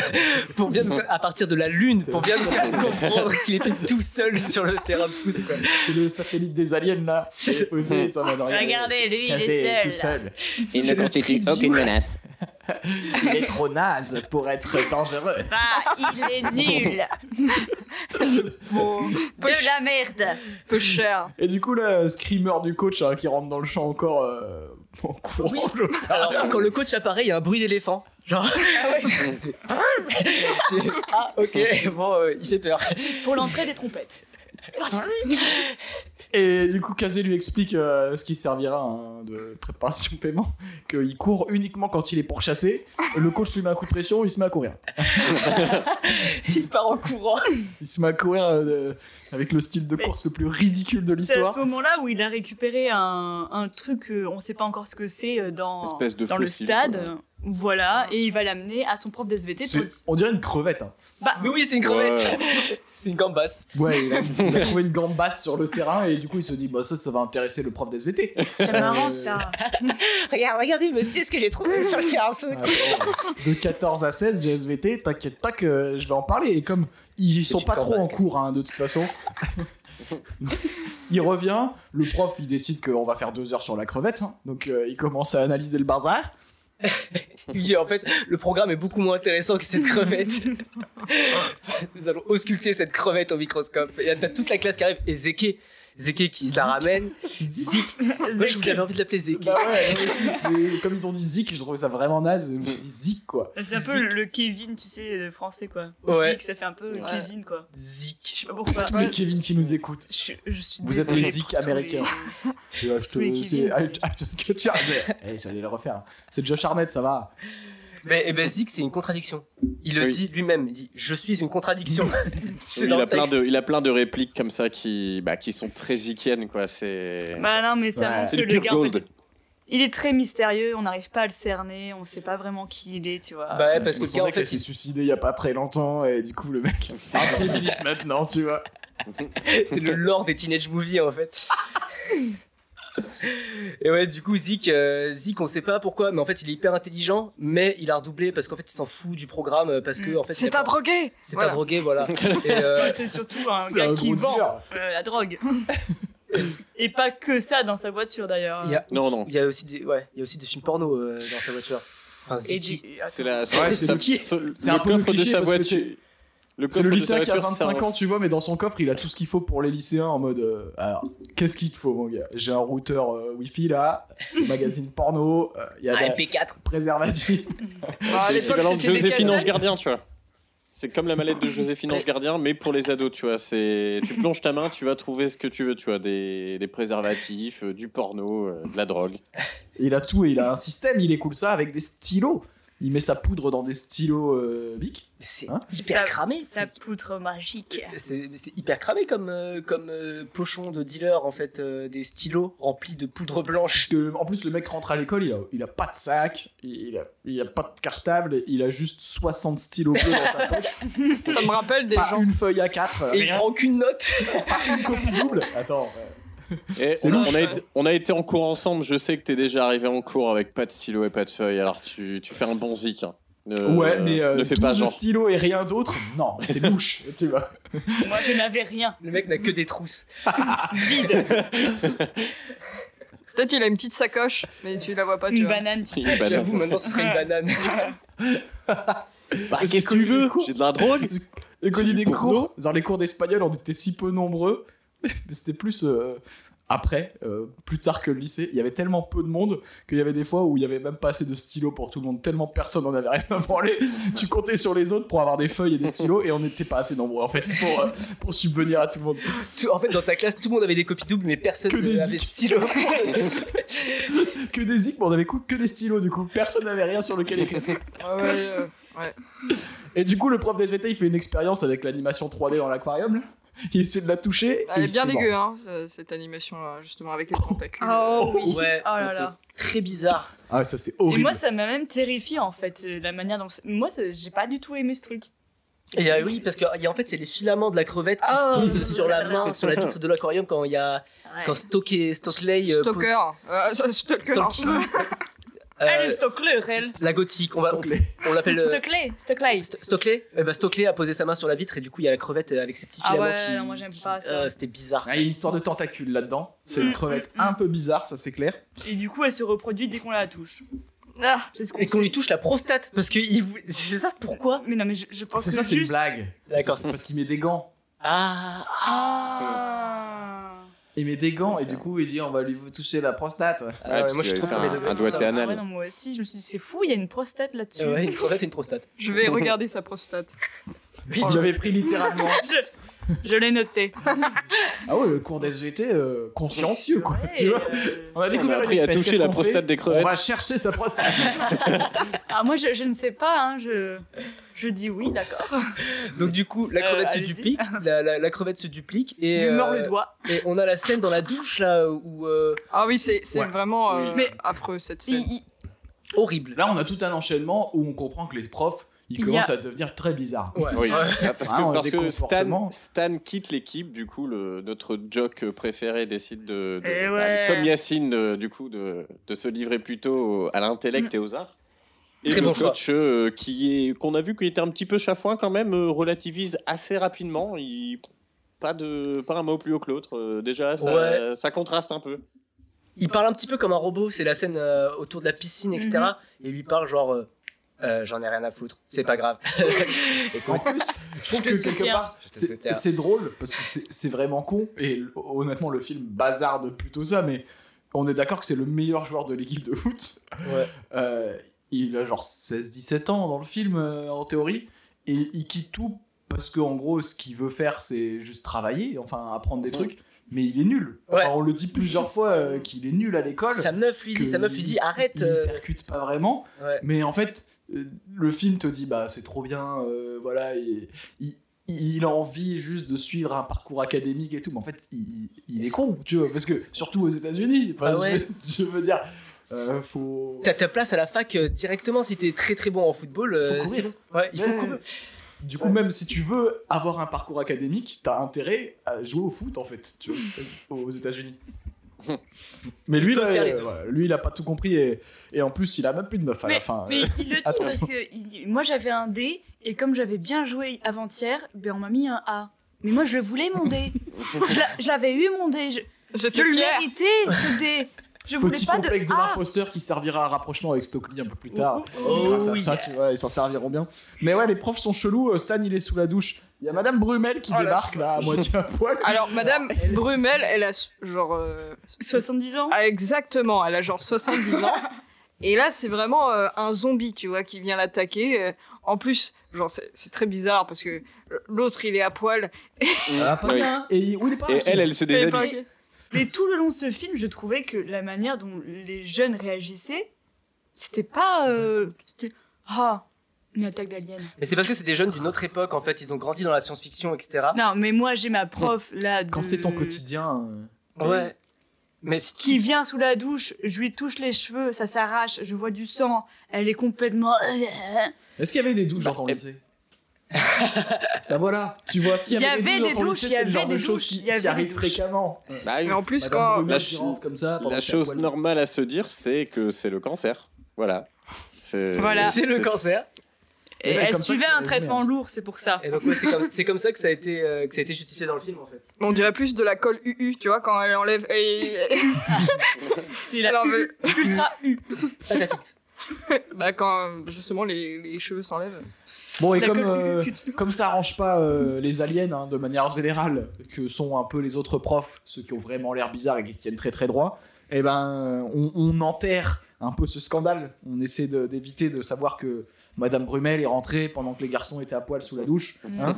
C: pour bien nous faire- à partir de la lune pour bien nous faire comprendre qu'il était tout seul sur le terrain de foot. quoi.
A: C'est le satellite des aliens, là.
C: C'est-
A: posé, ça, on va regarder.
B: lui,
A: Kazé est tout seul.
F: Il
C: C'est
F: ne
C: le
F: constitue
C: street
F: aucune menace.
A: Il est trop naze pour être dangereux.
B: Bah, il est nul.
E: Bon, peu, ch-
B: la merde.
E: peu cher.
A: Et du coup, là, screamer du coach hein, qui rentre dans le champ encore euh, en courant. je sais.
C: Alors, quand le coach apparaît, il y a un bruit d'éléphant. Genre. Ah, ok, bon, euh, il fait peur.
B: Pour l'entrée des trompettes.
A: Et du coup, Kazé lui explique euh, ce qui servira hein, de préparation paiement qu'il court uniquement quand il est pourchassé. Le coach lui met un coup de pression, il se met à courir.
C: Il part en courant.
A: Il se met à courir euh, avec le style de course le plus ridicule de
B: C'est à ce
A: l'histoire.
B: moment-là où il a récupéré un, un truc, euh, on ne sait pas encore ce que c'est, euh, dans,
D: Espèce de
B: dans le
D: fossile,
B: stade.
D: quoi.
B: Voilà, et il va l'amener à son prof d'SVT.
A: C'est- On dirait une crevette. hein.
B: Bah,
C: Mais oui, c'est une crevette. C'est une gambasse.
A: Ouais, il a, il a trouvé une gambasse sur le terrain et du coup, il se dit bah, ça, ça va intéresser le prof d'SVT.
B: c'est marrant ça.
E: Regarde, regardez, monsieur, ce que j'ai trouvé sur le terrain
A: Ah, bon, De 14 à 16, j'ai SVT, t'inquiète pas que je vais en parler. Et comme ils sont
C: tu
A: pas trop en
C: t'embarques.
A: cours, hein, de toute façon. il revient, le prof il décide qu'on va faire deux heures sur la crevette, hein. donc euh, il commence à analyser le bazar.
C: Il dit, en fait, le programme est beaucoup moins intéressant que cette crevette. Nous allons ausculter cette crevette au microscope. Et là, t'as toute la classe qui arrive. Et Zeke, Zeke qui se la ramène. Zik. Moi, je- j'avais envie de l'appeler Zeke.
A: Bah ouais, moi aussi. Mais comme ils ont dit Zik, je trouvais ça vraiment naze. Je me suis dit Zik, quoi.
B: C'est un peu le- le Kevin, tu sais, le français, quoi.
C: Ouais.
B: Aussi, que ça fait un peu le
E: Ouais.
B: Kevin, quoi. Je
C: Zik.
B: sais pas pourquoi.
A: Tous les Kevin qui nous écoutent.
B: Je, suis- je suis
A: Vous
B: désolée
A: êtes les
B: pour
A: Zik
B: tous les-
A: américains. C'est euh, je
B: Tous les
A: te- c'est
B: Kevin,
A: Act- Act of Culture. Eh, ça allait le refaire. C'est Josh Arnett, ça va.
C: Mais eh ben, Zik, c'est une contradiction. Il le
D: Oui.
C: dit lui-même. Il dit Je suis une contradiction. c'est
D: Il
C: dans
D: a,
C: le
D: plein
C: texte.
D: de, il a plein de répliques comme ça qui, bah, qui sont très zikiennes, quoi. C'est
B: Bah non, mais ça
A: Ouais.
B: montre
D: c'est
B: que
D: du
B: le
D: pur
B: gars, en fait,
D: gold.
B: il est très mystérieux, on n'arrive pas à le cerner, on sait pas vraiment qui il est, tu vois.
C: Bah ouais, parce
A: Il me
C: que le gars,
A: semblait
C: en
A: que ça
C: fait,
A: s'est
C: il- Ah, bah.
A: suicidé il y a pas très longtemps et du coup le mec a un peu dit maintenant, tu vois.
C: c'est le lore des teenage movies en fait. Et ouais, du coup, Zik, euh, Zik, on sait pas pourquoi, mais en fait, il est hyper intelligent, mais il a redoublé parce qu'en fait, il s'en fout du programme, euh, parce que
B: Mm.
C: en fait, il
E: C'est
C: a
E: un
C: pas-
E: drogué
C: c'est
E: Voilà.
C: un drogué, voilà. Et, euh,
B: Ouais, c'est surtout un
A: C'est
B: gars
A: un
B: qui
A: gros
B: vend
A: dealer.
B: euh, la drogue. Et pas que ça dans sa voiture d'ailleurs.
C: Il y a-
D: Non, non.
C: il y a aussi des, ouais, il y a aussi des films porno euh, dans sa voiture. Enfin,
B: Et
C: Zik,
B: du-
E: Ah,
D: C'est la.
A: Ouais, c'est
D: sa-
A: le-
D: ce- le
A: c'est un peu le
D: coffre de
A: cliché,
D: sa
A: parce que
D: voiture. Le
A: C'est
D: coffre
A: le
D: de sa
A: lycéen qui a
D: voiture, c'est
A: 25
D: un-
A: ans, tu vois, mais dans son coffre, il a tout ce qu'il faut pour les lycéens en mode euh, alors, qu'est-ce qu'il te faut, mon gars J'ai un routeur euh, wifi là, magazine porno, euh, il y a
C: Ah,
A: des
C: MP4.
A: préservatifs.
E: Bah, À
D: Ah, C'est
E: l'époque,
D: l'équivalent de
E: c'était des
D: Joséphine Ange
E: cassettes.
D: Gardien, tu vois. C'est comme la mallette de Joséphine Ange Gardien, mais pour les ados, tu vois. C'est tu plonges ta main, tu vas trouver ce que tu veux, tu vois, des, des préservatifs, euh, du porno, euh, de la drogue.
A: Il a tout et il a un système, il écoule ça avec des stylos. Il met sa poudre dans des stylos euh, bic.
C: C'est
A: Hein
C: hyper
B: Ça-
C: cramé.
B: Sa poutre magique.
C: C'est c'est hyper cramé comme, euh, comme euh, pochon de dealer, en fait, euh, des stylos remplis de poudre blanche.
A: Parce que, en plus, le mec rentre à l'école, il a, il a pas de sac, il a, il a pas de cartable, il a juste 60 stylos bleus dans sa poche,
E: Ça me rappelle des
D: Bah,
A: pas
E: gens.
A: une feuille à 4
C: Et il prend aucune note.
A: une copie double. Attends, ouais.
D: Et
A: C'est
D: on,
A: louche,
D: on a
A: ouais.
D: été, on a été en cours ensemble, je sais que t'es déjà arrivé en cours avec pas de stylo et pas de feuille, alors tu, tu fais un bon zik. hein. Ne-
A: ouais, mais euh,
D: ne fais pas
A: 12
D: genre.
A: stylos et rien d'autre, non, c'est louche, tu vois.
B: Moi je n'avais rien.
C: Le mec n'a que des trousses.
E: Peut-être il a une petite sacoche, mais tu la vois pas, tu
B: Une
E: vois.
B: banane, tu
D: Il
B: sais.
D: est banal.
C: J'avoue, maintenant, ce serait une banane.
D: Bah,
A: Mais c'est
D: qu'est-ce que tu
A: connu.
D: veux J'ai de la drogue
A: Et quand il y a des
D: Pour
A: cours, dans les cours d'espagnol, on était si peu nombreux, mais c'était plus euh, après, euh, plus tard que le lycée. Il y avait tellement peu de monde qu'il y avait des fois où il y avait même pas assez de stylos pour tout le monde, tellement personne n'en avait rien à branler. tu comptais sur les autres pour avoir des feuilles et des stylos, et on n'était pas assez nombreux en fait pour, euh, pour subvenir à tout le monde.
C: Tout- en fait, dans ta classe, tout le monde avait des copies doubles, mais personne
A: Que des
C: n'avait de
A: zics.
C: stylo.
A: Que des zics, mais on avait coup que des stylos, du coup, personne n'avait rien sur lequel écrire.
E: Ouais, ouais, euh,
A: Et du coup, le prof d'SVT, il fait une expérience avec l'animation 3D dans l'aquarium. là. Il essaie de la toucher. et
E: Elle
A: il
E: est
A: se
E: bien
A: fait mordre.
E: dégueu, hein, ce- cette animation, là, justement, avec les tentacules.
B: Oh oui.
C: Ouais.
B: Oh là là.
C: Très bizarre.
A: Ah, ça, c'est
B: Et
A: horrible.
B: moi ça m'a même terrifié en fait, euh, la manière dont. c'est- Moi ça- j'ai pas du tout aimé ce truc.
C: Et euh, oui, parce que il y a- en fait, c'est les filaments de la crevette qui
B: Ah,
C: se posent
B: ouais.
C: sur la main, sur la vitre de l'aquarium quand il y a quand Stokey, Stockley, euh,
E: Stalker. Euh, stalker.
C: Stalking. pose-
B: Ah,
C: euh,
B: le Stockley, réel.
C: la gothique, on va on,
A: Stockley.
C: on l'appelle euh,
B: Stockley, Stockley.
C: St- Stockley. Eh ben, Stockley a posé sa main sur la vitre et du coup il y a la crevette euh, avec ses petits
B: Ah
C: filaments
B: ouais,
C: qui.
B: non, moi, j'aime
C: qui-
B: pas ça.
C: euh, C'était bizarre.
A: Ah, il y a une histoire de tentacule là-dedans. C'est
B: Mm,
A: une crevette
B: mm,
A: un peu bizarre, ça c'est clair.
B: Et du coup elle se reproduit dès qu'on la touche.
E: Ah,
B: C'est ce qu'on
C: Et qu'on
B: sait.
C: lui touche la prostate parce que il vou- c'est ça pourquoi
B: Mais non mais je, je pense
A: C'est
B: que
A: ça, c'est une
B: juste.
A: blague.
C: D'accord.
A: C'est- c'est Parce qu'il met des gants.
C: Ah
B: Ah.
A: Il met des gants
D: Ouais,
A: et
D: ça.
A: du coup, il dit on va lui toucher la prostate.
C: Ah ouais,
D: parce
C: moi, je
D: que
C: trouve
D: faire
C: que mes
D: un,
C: degrés
D: un doigté
C: sont-
B: Ah ouais,
D: anal.
B: non, moi aussi, je me suis dit, c'est fou, il y a une prostate là-dessus.
C: Euh, ouais, une crevette et une prostate.
E: je vais regarder sa prostate.
A: Il l'avait pris littéralement.
B: Je, je l'ai noté.
A: ah ouais, le cours d'SVT, euh, consciencieux quoi.
B: Ouais,
A: Tu vois
B: euh,
A: on a
D: On a
A: découvert une
D: appris à
A: espèce,
D: toucher
A: qu'est-ce
D: la
A: qu'on
D: prostate
A: fait
D: des
A: On
D: crevettes.
A: va chercher sa prostate.
B: Ah, moi, je, je ne sais pas, hein, je, je dis oui, d'accord.
C: Donc du coup la
B: Euh,
C: crevette se
B: allez-y.
C: duplique, la, la- la crevette se duplique
B: Il
C: et
B: me mord
C: euh,
B: le doigt.
C: Et on a la scène dans la douche là où euh,
E: Ah oui, c'est c'est
A: Ouais.
E: vraiment euh,
D: Oui.
B: Mais-
E: affreux cette scène.
B: Il- il-
C: horrible.
A: Là, on a tout un enchaînement où on comprend que les profs,
B: Il
A: ils
B: y a-
A: commencent à devenir très bizarres.
C: Ouais.
D: Oui,
C: Ouais.
D: Ah, parce
A: Ah, on
D: que,
A: a
D: parce
A: des
D: que Stan,
A: comportements.
D: Stan quitte l'équipe, du coup, le, notre jock préféré décide de, de-
B: Eh
D: bah,
B: ouais.
D: comme Yacine, de- du coup, de, de se livrer plutôt au- à l'intellect et aux arts. Et
C: Très
D: le
C: bon choix.
D: coach, euh, qui est, qu'on a vu qu'il était un petit peu chafouin quand même, euh, relativise assez rapidement. Il, pas, de, pas un mot plus haut que l'autre. euh, déjà, ça, ça contraste un peu.
C: Il parle un petit peu comme un robot, c'est la scène euh, autour de la piscine, etc. Et il lui parle genre euh, euh, j'en ai rien à foutre, c'est pas grave. Et
A: En
C: qu'on-
A: plus, je trouve
B: Je
A: que
B: te
A: quelque
B: soutiens.
A: part,
C: Je te
A: c'est
C: soutiens.
A: c'est drôle parce que c'est- c'est vraiment con. Et l- honnêtement, le film bazarde plutôt ça, mais on est d'accord que c'est le meilleur joueur de l'équipe de foot.
C: Ouais.
A: Euh, il a genre 16-17 ans dans le film, euh, en théorie, et il quitte tout parce qu'en gros, ce qu'il veut faire, c'est juste travailler, enfin apprendre des
D: Mhm.
A: trucs. Mais il est nul.
C: Ouais.
A: Enfin, on le dit plusieurs fois euh, qu'il est nul à l'école.
C: Sa meuf lui dit,
A: que
C: sa meuf lui dit,
A: il-
C: arrête.
A: Il
C: euh,
A: percute pas vraiment.
C: ouais.
A: Mais en fait, euh, le film te dit, bah, c'est trop bien, euh, voilà, et- il, il a envie juste de suivre un parcours académique et tout, mais en fait, il, il est con, tu vois, parce que, surtout aux États-Unis, enfin,
C: Ah ouais.
A: je, veux, je veux dire, euh, faut.
C: T'as ta place à la fac euh, directement si t'es très très bon en football. euh,
A: Faut courir.
C: c'est bon. Ouais, il faut
A: Ouais.
C: courir.
A: Du coup, même si tu veux avoir un parcours académique, t'as intérêt à jouer au foot, en fait, tu vois, aux États-Unis. Mais lui,
C: peut
A: là,
C: faire les
A: euh,
C: deux.
A: voilà, lui, il a pas tout compris, et, et en plus, il a même plus de meuf à la fin.
B: Mais il le dit parce
A: Attention.
B: que il- moi j'avais un D et comme j'avais bien joué avant-hier, ben on m'a mis un A. Mais moi je le voulais mon D. Je l'a- je l'avais eu mon D. Je, je
E: J'étais
B: le
E: fière.
B: méritais ce D. Je voulais
A: Petit
B: pas de Ah
A: complexe de,
B: A.
A: l'imposteur qui servira à rapprochement avec Stockley un peu plus tard.
C: Oh
A: grâce à
C: oui.
A: ça, tu vois, ils s'en serviront bien. Mais ouais, les profs sont chelous. euh, Stan, il est sous la douche. Il y a Madame Brumel qui
E: Oh là
A: débarque là, à moitié à poil.
E: Alors, Madame Brumel, elle a s- genre. euh,
B: 70 ans.
E: ah, exactement, elle a genre 70 ans. Et là, c'est vraiment euh, un zombie, tu vois, qui vient l'attaquer. euh, en plus, genre, c'est c'est très bizarre parce que l'autre, il est à poil.
C: Ah, pas
D: Oui.
A: Et il- où il est Oh, pas
D: Et
A: inquiet.
D: elle, elle se
E: Et
D: déshabille.
E: pas-
B: Mais tout le long de ce film, je trouvais que la manière dont les jeunes réagissaient, c'était pas. euh, c'était. Ah, une attaque d'alien.
C: Mais c'est parce que c'est des jeunes d'une autre époque en fait, ils ont grandi dans la science-fiction, etc.
B: Non, mais moi j'ai ma prof là. de-
A: Ah. Quand c'est ton quotidien. euh,
C: Ouais. Mais si
B: Qui vient sous la douche, je lui touche les cheveux, ça s'arrache, je vois du sang, elle est complètement. euh,
A: Est-ce qu'il y avait des douches dans ton
D: eh-
A: lycée Bah voilà, tu vois, s'il y avait, des douches, dans ton lycée,
B: il y
A: c'est le genre
B: avait
A: de
B: des
A: choses
B: douches,
A: qui,
B: il y avait
A: qui arrivent
B: des douches.
A: fréquemment.
D: Bah oui.
E: Mais en plus,
A: Madame
E: quand.
A: Brumel
D: La
A: qui
D: ch-
A: rentre comme ça. pendant que
D: La
A: t'es à
D: chose
A: poil.
D: normale à se dire, c'est que c'est le cancer. Voilà. C'est
B: Voilà.
C: c'est le cancer.
A: Mais c'est
B: elle
A: comme ça que
B: suivait
A: ça hein.
B: un
A: résumait,
B: traitement lourd, c'est pour ça.
C: Et donc ouais, c'est comme c'est comme ça que ça a été euh, que ça a été justifié dans le film en fait.
E: On dirait plus de la colle UU, tu vois, quand elle enlève. Et...
B: C'est
E: elle
B: la
E: enlève-
B: ultra U.
C: Patapix.
E: bah, quand justement les, les cheveux s'enlèvent.
A: Bon, et
B: La
A: comme,
B: colle
A: euh,
B: U que-
A: comme ça arrange pas euh, les aliens hein, de manière générale, que sont un peu les autres profs, ceux qui ont vraiment l'air bizarres et qui se tiennent très très droit, eh ben on, on enterre un peu ce scandale. On essaie de- d'éviter de, savoir que Madame Brumel est rentrée pendant que les garçons étaient à poil sous la douche hein,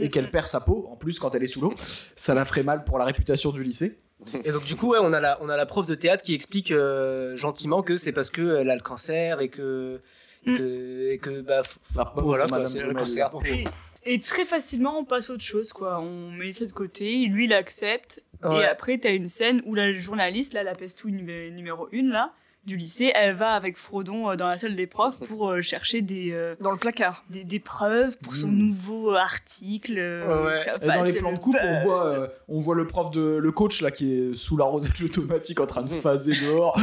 A: et qu'elle perd sa peau. En plus, quand elle est sous l'eau, ça la ferait mal pour la réputation du lycée.
C: Et donc du coup ouais, on a la on a la prof de théâtre qui explique euh, gentiment que c'est parce que elle a le cancer et que et
B: Mm.
C: que, et que bah, f-
A: La
C: bah,
A: pauvre
C: voilà, quoi,
A: Madame
C: c'est le
A: Brumel.
C: cancer. donc-
B: Et, et très facilement, on passe à autre chose, quoi. On met ça de côté, lui, il accepte. Et
C: Ouais.
B: après, t'as une scène où la journaliste, là, la pestou numé- numéro 1, là, du lycée, elle va avec Frodon euh, dans la salle des profs pour euh, chercher des, euh,
E: Dans le placard.
B: des, des preuves pour son
A: Mm.
B: nouveau article. euh,
C: Ouais.
B: que ça
A: Et dans
B: fasse
A: les plans
B: le
A: de coupe, on
B: buzz.
A: voit, euh, on voit le prof de, le coach là qui est sous l'arrosage automatique en train de phaser dehors.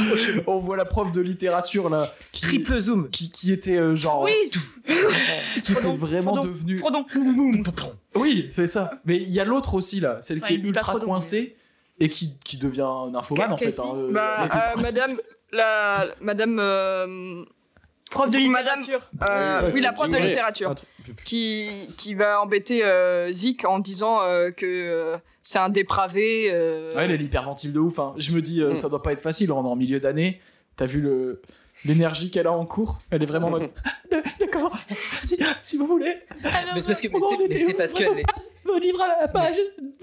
A: on voit la prof de littérature là qui,
C: Triple zoom.
A: qui, qui était euh, genre,
B: Oui
A: qui était
B: Frodon,
A: vraiment
B: Frodon,
A: devenue.
B: Frodon
A: Oui, c'est ça. Mais il y a l'autre aussi là, celle
B: Ouais,
A: qui est
B: il dit pas
A: ultra
B: Frodon,
A: coincée et qui, qui devient un infomane en fait.
B: Cassie.
A: hein, euh,
E: Bah,
A: avec une
E: euh,
A: prof-
E: madame, la, madame, euh,
B: Prof de
E: Madame-
B: littérature.
E: euh,
D: Ouais,
E: oui, la prof de
D: Jingray.
E: littérature,
A: Attends,
E: qui, qui va embêter euh, Zik en disant euh, que euh, c'est un dépravé. euh,
A: Ouais, elle est hyperventile de ouf. hein. Je me dis, euh,
D: Mm.
A: ça doit pas être facile. On est en milieu d'année. T'as vu le l'énergie qu'elle a en cours Elle est vraiment en mode. D'accord, si, si vous voulez.
B: Alors,
C: Mais c'est parce que mais
A: Comment on
C: c'est- mais
A: était
C: c'est
A: où
C: parce qu'elle est,
A: Mon livre à la page.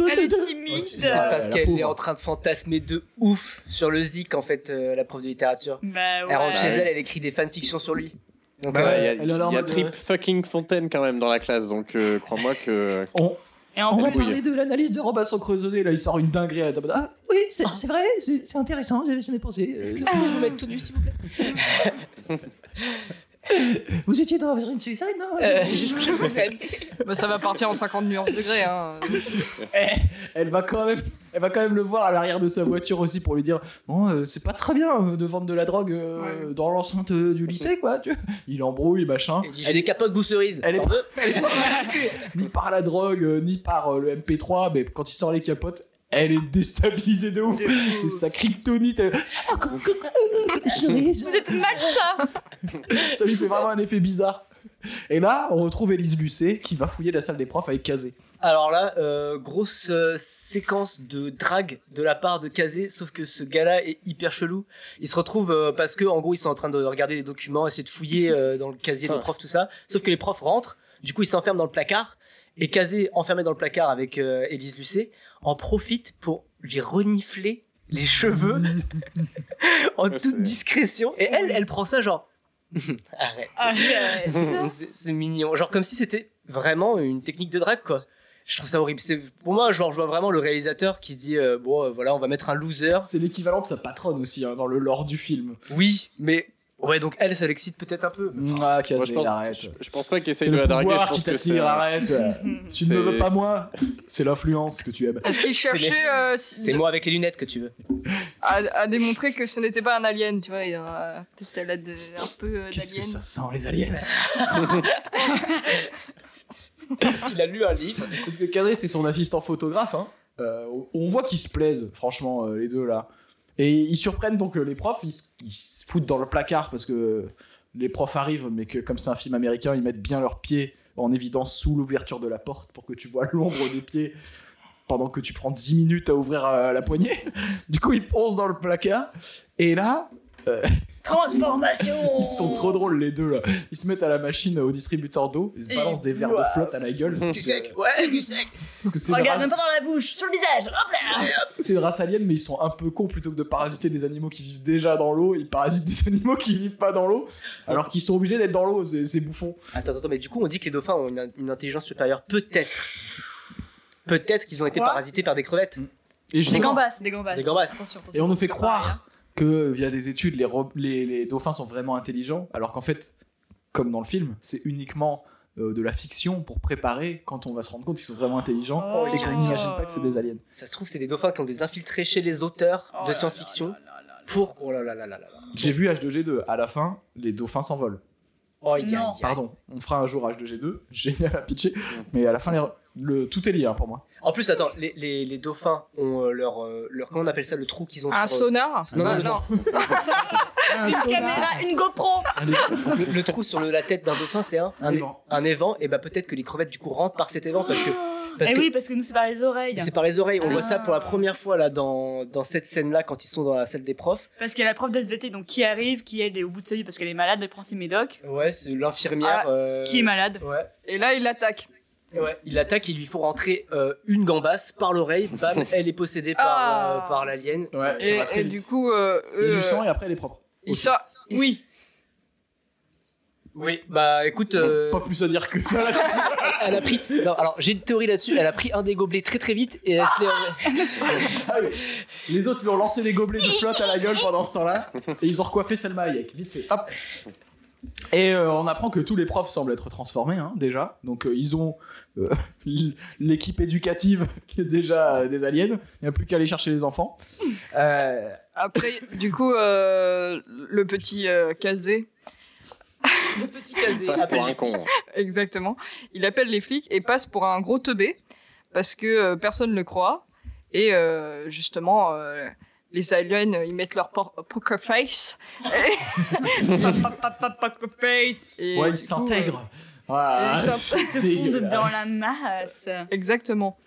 B: Elle est
A: Ouais,
B: timide.
C: c'est
A: ça.
B: Euh,
C: parce
A: Ah, la
C: qu'elle est
A: pauvre.
C: en train de fantasmer de ouf sur le Zik en fait euh, la prof de littérature.
B: Bah
C: Elle rentre chez
B: ouais.
D: ouais.
C: elle, elle écrit des fanfictions sur lui. Donc,
A: Bah
D: Bah,
C: euh,
D: Il y a,
A: Elle est là en
D: il y a
A: mode,
D: Trip
A: euh,
D: fucking Fontaine quand même dans la classe, donc euh, crois-moi que.
A: On,
B: Et
A: on
B: en
A: va
B: plus,
D: bouille.
A: parler de l'analyse de Robinson Crusoe. Là, il sort une dinguerie. elle est en mode, Ah oui, c'est c'est vrai, c'est c'est intéressant. J'avais jamais pensé. Euh,
C: vous mettre tout nu s'il vous plaît
A: Vous étiez dans Virgin Suicide, non
C: je, vous aime.
E: bah, ça va partir en 50 nuances degrés. Hein.
A: elle va quand même elle va quand même le voir à l'arrière de sa voiture aussi pour lui dire bon euh, c'est pas très bien euh, de vendre de la drogue euh, dans l'enceinte euh, du lycée quoi tu vois. il embrouille machin
C: Elle dit, j'ai des capotes goût cerise.
A: elle est,
C: Pardon
A: elle est pas intéressée ni par la drogue euh, ni par euh, le MP3 mais quand il sort les capotes Elle est déstabilisée de ouf. C'est sa kryptonite. elle- Ah,
B: Vous êtes malsain
A: Ça lui fait vraiment un effet bizarre. Et là, on retrouve Élise Lucet qui va fouiller la salle des profs avec Kazé.
C: Alors là, euh, grosse euh, séquence de drague de la part de Kazé, sauf que ce gars-là est hyper chelou. Il se retrouve euh, parce que en gros ils sont en train de regarder les documents, essayer de fouiller euh, dans le casier des
D: Enfin.
C: profs tout ça. Sauf que les profs rentrent, du coup ils s'enferment dans le placard et Kazé enfermé dans le placard avec euh, Élise Lucet en profite pour lui renifler les cheveux en
D: Ouais,
C: toute
D: Ah, c'est-
C: discrétion. Et elle, elle prend ça genre arrête.
B: Arrête
C: C'est c'est mignon. Genre comme si c'était vraiment une technique de drague, quoi. Je trouve ça horrible. C'est pour moi, genre je vois vraiment le réalisateur qui se dit euh, bon euh, voilà on va mettre un loser.
A: C'est l'équivalent de sa patronne aussi hein, dans le lore du film.
C: Oui, mais ouais donc elle ça l'excite peut-être un peu.
A: Ah,
D: Moi,
A: Kazé,
D: je pense-
A: arrête.
D: Je pense pas qu'il
A: C'est
D: essaye de
A: le
D: la draguer, je
A: pouvoir
D: pense
A: qui
D: que
A: t'attire,
D: ça-
A: arrête. Tu ne me veux pas moi. C'est l'influence que tu aimes.
E: Est-ce qu'il
C: C'est les-
E: cherchait euh, si-
C: C'est moi avec les lunettes que tu veux.
E: à, à démontrer que ce n'était pas un alien, tu vois, il y a euh, peut-être qu'elle a de- un peu euh,
A: Qu'est-ce que
E: d'alien.
A: ça sent les aliens
C: Parce qu'il a lu un livre.
A: Parce que Kazé, c'est son assistant photographe. hein. Euh, on- on voit qu'ils se plaisent, franchement, euh, les deux là. Et ils surprennent donc euh, les profs, ils, se- ils se foutent dans le placard parce que les profs arrivent, mais que comme c'est un film américain, ils mettent bien leurs pieds en évidence sous l'ouverture de la porte pour que tu vois l'ombre des pieds pendant que tu prends 10 minutes à ouvrir euh, la poignée. Du coup, ils poncent dans le placard. Et là, euh,
B: Transformation
A: ils sont trop drôles les deux là. Ils se mettent à la machine euh, au distributeur d'eau, ils se
B: Et
A: balancent des verres de flotte à la gueule.
D: Tu
B: Ouais, du sec
A: Parce que c'est une
B: Regarde, même pas dans la bouche, sur le visage Hop là
A: C'est une race alien, mais ils sont un peu cons plutôt que de parasiter des animaux qui vivent déjà dans l'eau, ils parasitent des animaux qui vivent pas dans l'eau, alors qu'ils sont obligés d'être dans l'eau, c'est c'est bouffon.
C: Attends attends mais du coup on dit que les dauphins ont une, une intelligence supérieure peut-être. Peut-être qu'ils ont été
B: Quoi
C: parasités par des crevettes.
A: Et,
B: Des
A: justement-
B: gambasses, des gambasses.
C: Des gambasses.
B: Attention, attention.
A: et on nous fait
B: Faut pas
A: croire que via des études, les, ro- les, les dauphins sont vraiment intelligents, alors qu'en fait, comme dans le film, c'est uniquement euh, de la fiction pour préparer quand on va se rendre compte qu'ils sont vraiment intelligents
B: Oh,
A: et qu'on
B: oh.
A: n'imagine pas que c'est des aliens.
C: Ça se trouve c'est des dauphins qui ont des infiltrés chez les auteurs
B: Oh
C: de
B: là
C: science-fiction
B: là là là là.
C: pour oh là là là là là. là.
A: J'ai vu H2G2, à la fin, les dauphins s'envolent.
C: Oh il y a-
B: Non.
C: il y a-
A: Pardon, on fera un jour H2G2, génial à pitcher, mais à la fin, les- le, tout est lié hein, pour moi.
C: En plus, attends, les, les, les dauphins ont euh, leur, euh, leur. Comment on appelle ça le trou qu'ils ont
E: Un
C: sur. euh,
E: sonar
C: Non, non,
E: Ah,
C: non.
B: Une caméra, une GoPro
C: le, le trou sur le- la tête d'un dauphin, c'est un, un,
A: Un évent.
C: un évent. Et bah peut-être que les crevettes, du coup, rentrent par cet évent parce que. Parce
B: Eh
C: que
B: oui, parce que nous, c'est par les oreilles.
C: C'est par les oreilles. On voit ça
B: Ah.
C: pour la première fois là dans, dans cette scène-là quand ils sont dans la salle des profs.
B: Parce qu'il y a la prof d'SVT, donc qui arrive, qui elle est au bout de sa vie parce qu'elle est malade, elle prend ses médocs,
C: Ouais, c'est l'infirmière. euh,
B: qui est malade.
C: Ouais.
E: Et là, il attaque.
C: Et ouais. Il attaque, il lui faut rentrer euh, une gambasse par l'oreille. Bam, elle est possédée par,
E: Ah.
C: euh, par l'alien.
A: Ouais, ça
E: Et,
A: va très
E: et
A: vite.
E: du coup, euh,
A: Il y a
E: eux,
A: du sang et après elle est propre.
E: ils
A: Aussi.
E: sortent.
C: Oui. Oui, bah écoute. euh,
A: Pas plus à dire que ça là-dessus.
C: Elle a pris. Non, alors j'ai une théorie là-dessus. Elle a pris un des gobelets très très vite et elle se l'est.
A: Ah oui. Les autres lui ont lancé des gobelets de flotte à la gueule pendant ce temps-là et ils ont recoiffé Selma Hayek, vite fait. Hop. Et euh, on apprend que tous les profs semblent être transformés hein, déjà. Donc euh, ils ont euh, l'équipe éducative qui est déjà euh, des aliens. Il n'y a plus qu'à aller chercher les enfants. Euh,
E: Après, du coup, euh, le petit euh, casé,
C: Le petit casé.
D: Passe pour un con.
E: exactement, il appelle les flics et passe pour un gros teubé parce que euh, personne ne le croit. Et euh, justement, euh, les aliens, euh, ils mettent leur por- poker face.
B: Pop, pop, pop, pop, pop, face.
E: Et
A: ouais, Ah,
E: du
A: ils
E: coup,
A: s'intègrent.
E: euh,
A: Voilà.
E: ils s'intègrent.
B: Ils se fondent dans la masse.
E: euh, Exactement.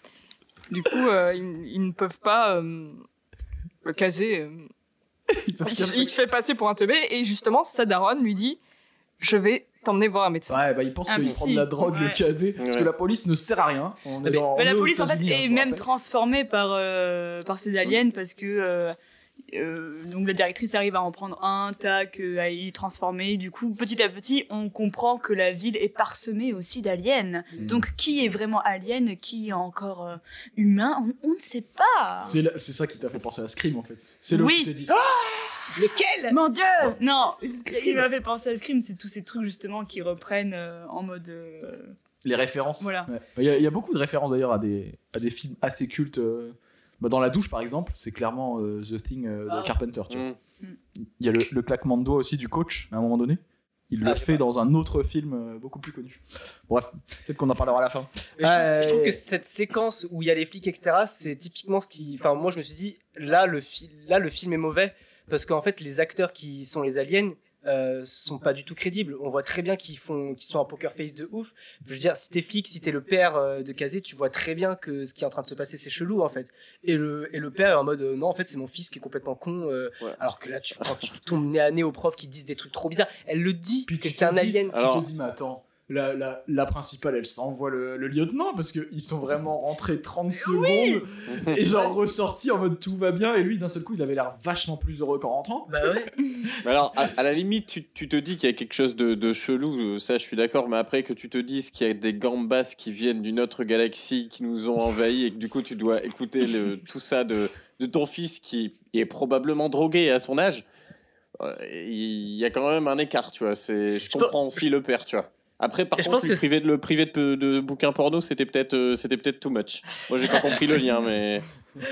E: Du coup, euh, ils, ils ne peuvent pas euh, le caser. euh,
A: Ils peuvent
E: il,
A: faire-
E: se- il se fait passer pour un teubé et justement, sa daronne lui dit Je vais t'emmener voir un médecin.
A: Ouais, bah ils pensent
B: Ah,
A: qu'ils
B: mais
A: prennent
B: si.
A: de la drogue, le
B: Ouais.
A: casé, parce que
D: Ouais.
A: la police ne sert à rien. On est
C: Mais-
A: dans-
B: Mais
A: on
B: la
A: est aux
B: police en fait
A: États-Unis, hein,
B: est
A: je
B: même
A: rappelle.
B: transformée par euh, par ces aliens parce que euh, euh, donc la directrice arrive à en prendre un tac euh, à y transformer. Du coup, petit à petit, on comprend que la ville est parsemée aussi d'aliens.
A: Mm.
B: Donc qui est vraiment alien, qui est encore euh, humain, on, on ne sait pas.
A: C'est la- c'est ça qui t'a fait penser à Scream en fait. C'est le
B: Oui.
A: qui te dit Ah
C: Lequel
B: Mon dieu Non, ce qui m'a fait penser à Scream, c'est tous ces trucs justement qui reprennent euh, en mode euh,
A: Les références.
B: Voilà.
A: Ouais. Il y, a- il y a beaucoup de références d'ailleurs à des, à des films assez cultes. euh, bah, dans La douche par exemple, c'est clairement euh, The Thing euh, de
B: Ah.
A: Carpenter. tu vois.
D: Mm.
A: Il y a le, le claquement de doigts aussi du coach à un moment donné. Il le
C: Ah, je sais
A: fait dans un autre film euh, beaucoup plus connu. Bref, peut-être qu'on en parlera à la fin.
C: Mais je,
A: Euh,
C: je trouve que cette séquence où il y a les flics, etc., c'est typiquement ce qui. Enfin, moi, je me suis dit, là, le, fi- là, le film est mauvais parce qu'en fait, les acteurs qui sont les aliens euh, sont pas du tout crédibles. On voit très bien qu'ils font, qu'ils sont un poker face de ouf. Je veux dire, si t'es flic, si t'es le père euh, de Kazé, tu vois très bien que ce qui est en train de se passer, c'est chelou, en fait. Et le, et le père est en mode, euh, non, en fait, c'est mon fils qui est complètement con. euh,
D: Ouais.
C: Alors que là, tu, quand tu tombes nez à nez aux profs qui disent des trucs trop bizarres, elle le dit
A: Puis
C: que
A: tu
C: c'est
A: te
C: un
A: dis-
C: alien.
A: Tu
D: Alors-
A: te dis, mais attends, la, la, la principale, elle s'envoie le, le lieutenant parce qu'ils sont vraiment rentrés 30 secondes et genre ressortis en mode tout va bien. Et lui, d'un seul coup, il avait l'air vachement plus heureux qu'en rentrant.
C: Bah ouais.
D: Mais alors, à, à la limite, tu, tu te dis qu'il y a quelque chose de, de chelou, euh, ça je suis d'accord, mais après que tu te dises qu'il y a des gambas qui viennent d'une autre galaxie, qui nous ont envahis, et que du coup tu dois écouter le, tout ça de, de ton fils qui est probablement drogué à son âge, euh, il y a quand même un écart, tu vois. c'est- Je
C: pense-
D: comprends aussi le père, tu vois. Après, par
C: Je
D: contre,
C: pense
D: lui
C: que
D: priver de, le priver de, pe- de bouquins porno, c'était peut-être euh, c'était peut-être too much. Moi, j'ai pas compris le lien, mais
C: Mais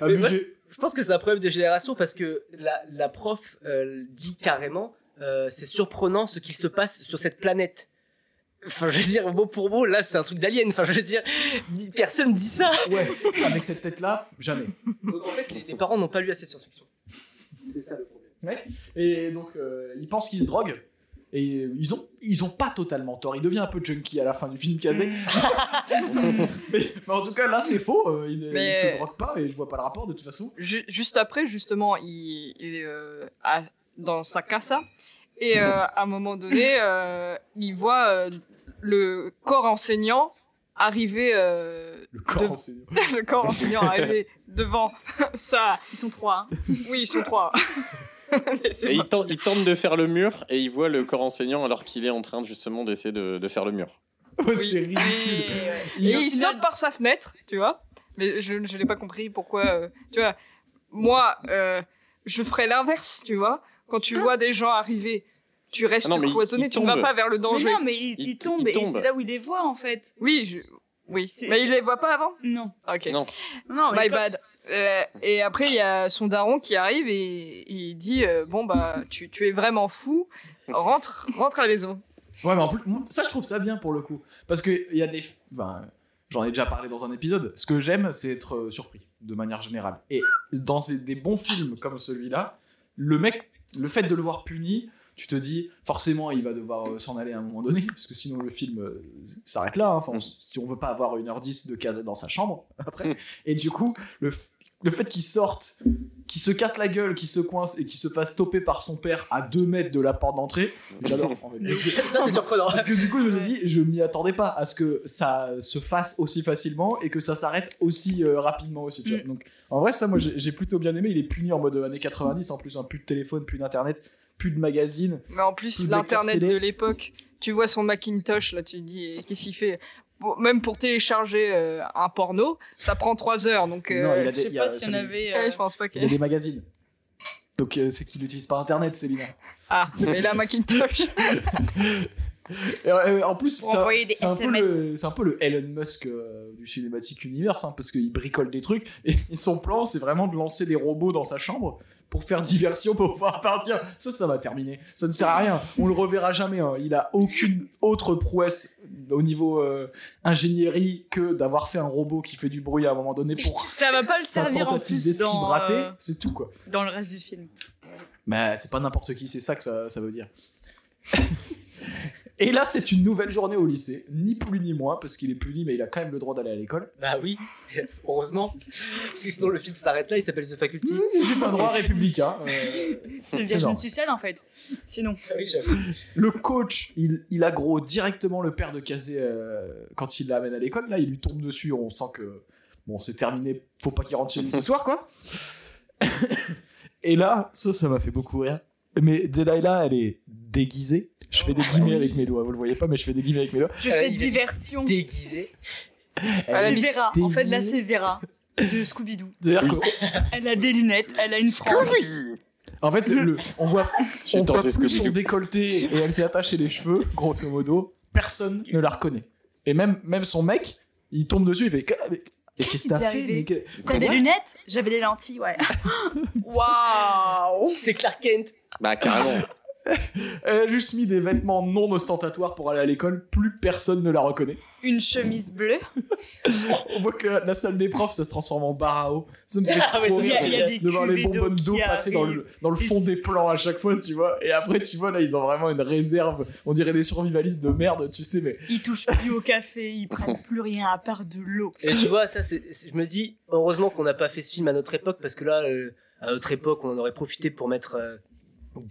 C: moi,
A: Abusé.
C: Je pense que c'est un problème de génération parce que la, la prof euh, dit carrément euh, c'est surprenant ce qu'il se passe sur cette planète. Enfin, je veux dire, mot pour mot, là, c'est un truc d'alien. Enfin, je veux dire, ni- personne dit ça.
A: Ouais, avec cette tête-là, jamais.
C: Donc, en fait, les, les parents n'ont pas lu assez de science-fiction. C'est ça le problème.
A: Et donc, euh, ils pensent qu'ils se droguent. Et euh, ils ont, ils ont pas totalement tort. Il devient un peu junkie à la fin du film casé.
E: Mm.
A: mais, mais en tout cas, là, c'est faux. euh, Il,
E: Mais-
A: il se drogue pas et je vois pas le rapport de toute façon.
E: Ju- juste après, justement, il, il est euh, à- dans sa casa. Et euh, à un moment donné, euh, il voit euh, le corps enseignant arriver. euh,
A: Le
E: de-
A: corps, c'est.
E: le corps enseignant arriver devant ça.
B: Ils sont trois. hein.
E: Oui, ils sont trois. Mais c'est
D: et il,
E: pas-
D: tente, il tente de faire le mur et il voit le corps enseignant alors qu'il est en train justement d'essayer de- de faire le mur.
A: Ouais, c'est ridicule.
B: Et, euh, ouais.
E: Et
A: au
E: il
A: final-
E: saute par sa fenêtre, tu vois. Mais je ne l'ai pas compris pourquoi. euh, tu vois, moi, euh, je ferais l'inverse, tu vois. Quand tu vois des gens arriver, tu restes
D: Ah non, mais il-
E: cloisonné,
D: il
E: tu ne vas
D: tombe.
E: pas vers le danger.
B: Mais non, mais il,
D: Il-
B: il tombe
D: il
B: et
D: tombe.
B: c'est là où il les voit en fait.
E: Oui, je... oui.
B: C'est-
E: Mais il les voit pas avant
B: Non.
E: Ok.
D: Non.
B: Non, mais
E: My
B: quand-
E: bad. Euh, et après, il y a son daron qui arrive et il dit euh, Bon, bah, tu, tu es vraiment fou, rentre, rentre à la maison.
A: Ouais, mais en plus, moi, ça, je trouve ça bien pour le coup. Parce qu'il y a des. f- Enfin, euh, j'en ai déjà parlé dans un épisode. Ce que j'aime, c'est être euh, surpris, de manière générale. Et dans ces- des bons films comme celui-là, le mec, le fait de le voir puni, tu te dis, forcément, il va devoir euh, s'en aller à un moment donné, parce que sinon le film euh, s'arrête là. hein. Enfin, on- si on veut pas avoir 1h10 de case dans sa chambre, après. Et du coup, le, f- le fait qu'il sorte, qu'il se casse la gueule, qu'il se coince et qu'il se fasse stopper par son père à 2 mètres de la porte d'entrée, j'adore. en fait. Parce que-
C: Ça, c'est surprenant.
A: parce que du coup, je me
B: Ouais.
A: dis, je m'y attendais pas à ce que ça se fasse aussi facilement et que ça s'arrête aussi euh, rapidement aussi. tu vois. Donc, en vrai, ça, moi, j'ai j'ai plutôt bien aimé. Il est puni en mode euh, années 90 en plus, hein. plus de téléphone, plus d'internet, plus de magazine.
E: Mais en
A: Tout
E: plus,
A: le lecteur
E: l'internet
A: CD.
E: de l'époque, tu vois son Macintosh, là, tu te dis eh, Qu'est-ce qu'il fait Bon, Même pour télécharger euh, un porno, ça prend 3 heures. Donc, euh,
A: Non, il a
B: je sais
A: il y a-
B: pas s'il y en
A: ça-
B: avait. euh,
E: ouais, je pense pas que.
A: Il y a des magazines. Donc, euh, c'est qu'il n'utilise pas internet, Célina.
E: Ah, mais la Macintosh.
A: Et, euh, en plus,
B: Pour
A: ça-
B: envoyer des
A: c'est un, peu
B: SMS.
A: le- c'est un peu le Elon Musk euh, du cinématique univers, hein, parce qu'il bricole des trucs. Et, et son plan, c'est vraiment de lancer des robots dans sa chambre pour faire diversion, pour pouvoir partir. Ça, ça va terminer. Ça ne sert à rien. On le reverra jamais. hein. Il a aucune autre prouesse au niveau euh, ingénierie que d'avoir fait un robot qui fait du bruit à un moment donné pour
B: Ça va pas le
A: sa
B: servir en
A: tentative
B: plus
A: d'esquive
B: dans,
A: ratée.
B: euh,
A: C'est tout, quoi.
B: dans le reste du film.
A: Mais c'est pas n'importe qui, c'est ça que ça, ça veut dire. Et là, c'est une nouvelle journée au lycée, ni plus ni moins, parce qu'il est puni, mais il a quand même le droit d'aller à l'école.
C: Bah oui, heureusement. Parce que sinon, le film s'arrête là, il s'appelle The Faculty.
A: C'est un droit républicain. euh,
B: C'est le
A: c'est genre.
B: virgin social en fait. Sinon.
C: Ah oui, j'avoue.
A: Le coach, il, il aggro directement le père de Kazé euh, quand il l'amène à l'école. Là, il lui tombe dessus. On sent que bon, c'est terminé. Faut pas qu'il rentre chez lui ce soir, quoi. Et là, ça, ça m'a fait beaucoup rire. Mais Delilah, elle est déguisée. Je fais des guillemets avec mes doigts. Vous le voyez pas, mais je fais des guillemets avec mes doigts.
B: Je
C: Euh,
B: fais
C: il est Ah,
B: diversion.
C: Déguisé.
A: Elle
E: la
A: est
B: C'est
E: Miss
B: Vera. En fait, là,
A: déguisée.
B: c'est Vera de Scooby-Doo.
A: C'est-à-dire que
B: Elle a des lunettes, elle a une frange.
A: En fait, c'est le, on voit,
D: J'ai
A: on voit
D: tenté
A: plus son
D: Scooby-Doo.
A: décolleté et elle s'est attachée les cheveux, grosso modo. Personne ne la reconnaît. Et même, même son mec, il tombe dessus, il fait. Mais Qu'est-ce que
B: qui
A: t'as
B: t'est
A: fait
B: arrivé
A: mais que-
B: T'as des lunettes J'avais des lentilles, ouais. Waouh
C: C'est Clark Kent.
D: Bah carrément.
A: Elle a juste mis des vêtements non ostentatoires pour aller à l'école, plus personne ne la reconnaît.
B: Une chemise bleue.
A: On voit que la salle des profs, ça se transforme en bar à eau. Ça me fait
C: Ah, mais
A: trop
C: ça,
A: rire
C: c'est
A: de-
B: génial.
A: de voir les
B: Il y a des
A: bonbonnes
B: cuvées
A: d'eau
B: d'eau qui
A: passer dans le, dans le fond
B: Et-
A: des plans à chaque fois, tu vois. Et après, tu vois, là, ils ont vraiment une réserve. On dirait des survivalistes de merde, tu sais, mais
B: Ils touchent plus au café, ils prennent plus rien à part de l'eau.
C: Et tu vois, ça, c'est, c'est- je me dis, heureusement qu'on n'a pas fait ce film à notre époque, parce que là, euh, à notre époque, on en aurait profité pour mettre euh,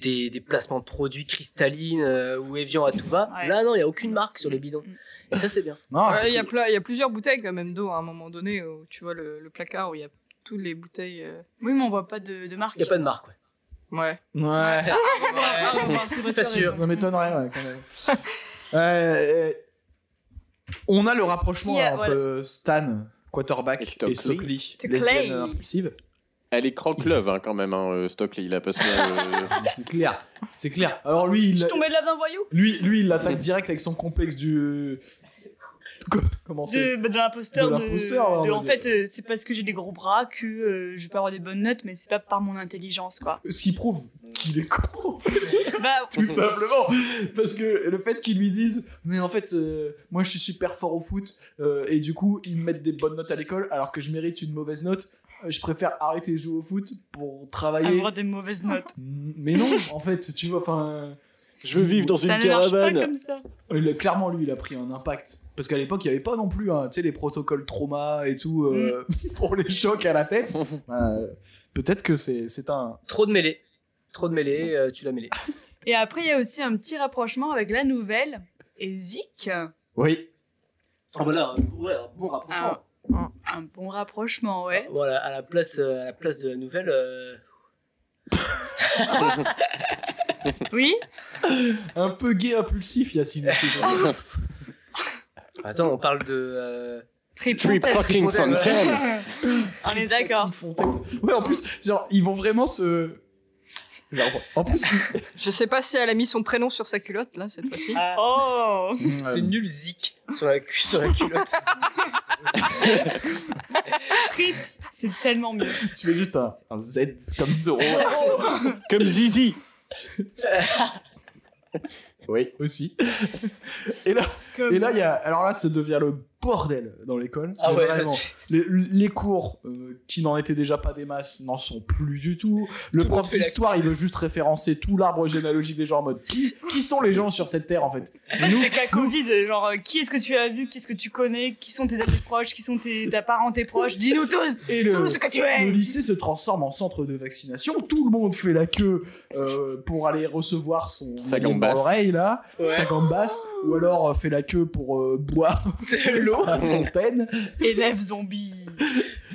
C: des, des placements de produits cristallines euh, ou Evian à tout va.
B: Ouais. Mm.
C: Là, non, il n'y a aucune marque sur les bidons. Et ça, c'est bien.
A: non,
E: Ouais,
A: Ah, parce
E: Il y, a
A: que-
E: pla- il y a plusieurs bouteilles quand même d'eau à un moment donné, où tu vois le, le placard où il y a toutes les bouteilles. euh,
B: Oui, mais on voit pas de, de marque.
C: Il n'y a pas de marque, ouais.
E: Ouais.
A: ouais.
E: Ah,
C: Ouais.
E: bon, c'est vrai,
C: Pas
E: tu as
C: sûr.
E: raison.
A: Non, m'étonnerait, ouais, quand même. Euh, euh, on a le rapprochement
B: Yeah,
A: là, entre Stan, quarterback,
D: Et
A: et
D: Stockley.
A: Stockley,
B: Stockley.
A: lesbienne impulsive.
D: Elle est croque-love hein, quand même, hein, euh, Stockley. Il a passé. euh,
A: C'est clair, c'est clair. Alors lui, il,
B: Je tombais de là d'un voyou
A: lui, lui, il l'attaque direct avec son complexe du... Co- Comment c'est
B: de, bah, de l'imposteur.
A: de l'imposteur,
B: de-
A: ouais,
B: en
A: ouais.
B: fait, euh, c'est parce que j'ai des gros bras que euh, je peux avoir des bonnes notes, mais c'est pas par mon intelligence, quoi.
A: Ce qui prouve qu'il est con, en fait,
B: bah,
A: tout simplement. Parce que le fait qu'ils lui disent, mais en fait, euh, moi je suis super fort au foot, euh, et du coup, ils me mettent des bonnes notes à l'école, alors que je mérite une mauvaise note, euh, je préfère arrêter de jouer au foot pour travailler.
B: avoir des mauvaises notes.
A: Mais non, en fait, tu vois, enfin.
D: Je veux vivre dans
B: Ça
D: une
B: ne marche pas
D: caravane.
B: comme ça.
A: il a- Clairement, lui, il a pris un impact. Parce qu'à l'époque, il n'y avait pas non plus, hein, tu sais, les protocoles trauma et tout, euh, pour les chocs à la tête. Euh, Peut-être que c'est c'est un.
C: Trop de mêlée. Trop de mêlée, euh, tu l'as mêlée.
B: Et après, il y a aussi un petit rapprochement avec la nouvelle et Zik.
A: Oui.
C: voilà, bah euh, ouais, bon
B: Un, un bon rapprochement, Ah, ouais.
C: Voilà, à la place, euh, à la place de la nouvelle, euh,
B: Oui
A: Un peu gay impulsif, Yacine. aussi, quand même.
C: Attends, on parle de. euh,
D: Trip
B: Triple
D: fucking
C: Fontaine.
D: Fontaine.
B: On est d'accord.
A: Fontaine. Ouais, en plus, genre, ils vont vraiment se. Je la reprends. En plus, ils-
E: Je sais pas si elle a mis son prénom sur sa culotte, là, cette fois-ci.
C: Ah.
A: Ah.
B: Oh
A: euh,
C: C'est nul zik sur la, cu- sur la culotte.
B: Trip C'est tellement mieux.
A: tu fais juste un, un Z comme Zoro.
D: Comme Zizi.
A: oui. Aussi. Et là, Et là, il y a, alors là, ça devient le bordel dans l'école.
C: ah
A: Mais
C: ouais,
A: vraiment.
C: parce que
A: Les, les cours euh, qui n'en étaient déjà pas des masses n'en sont plus du tout. Le
C: Tout
A: prof
C: à fait
A: d'histoire, il veut juste référencer tout l'arbre généalogique des gens en mode qui, qui sont les gens sur cette terre en fait. Nous,
B: C'est qu'à Covid, genre, euh, qui est-ce que tu as vu, qui est-ce que tu connais, qui sont tes amis proches, qui sont tes, ta parenté proche, dis-nous tous,
A: et le,
B: tout ce que tu
A: le
B: es
A: lycée se transforme en centre de vaccination. Tout le monde fait la queue euh, pour aller recevoir son
D: Sa
A: million
D: gambasse.
A: dans l'oreille là,
C: Ouais.
A: sa gambasse, ou alors euh, fait la queue pour euh, boire de l'eau à la fontaine.
B: Élève zombie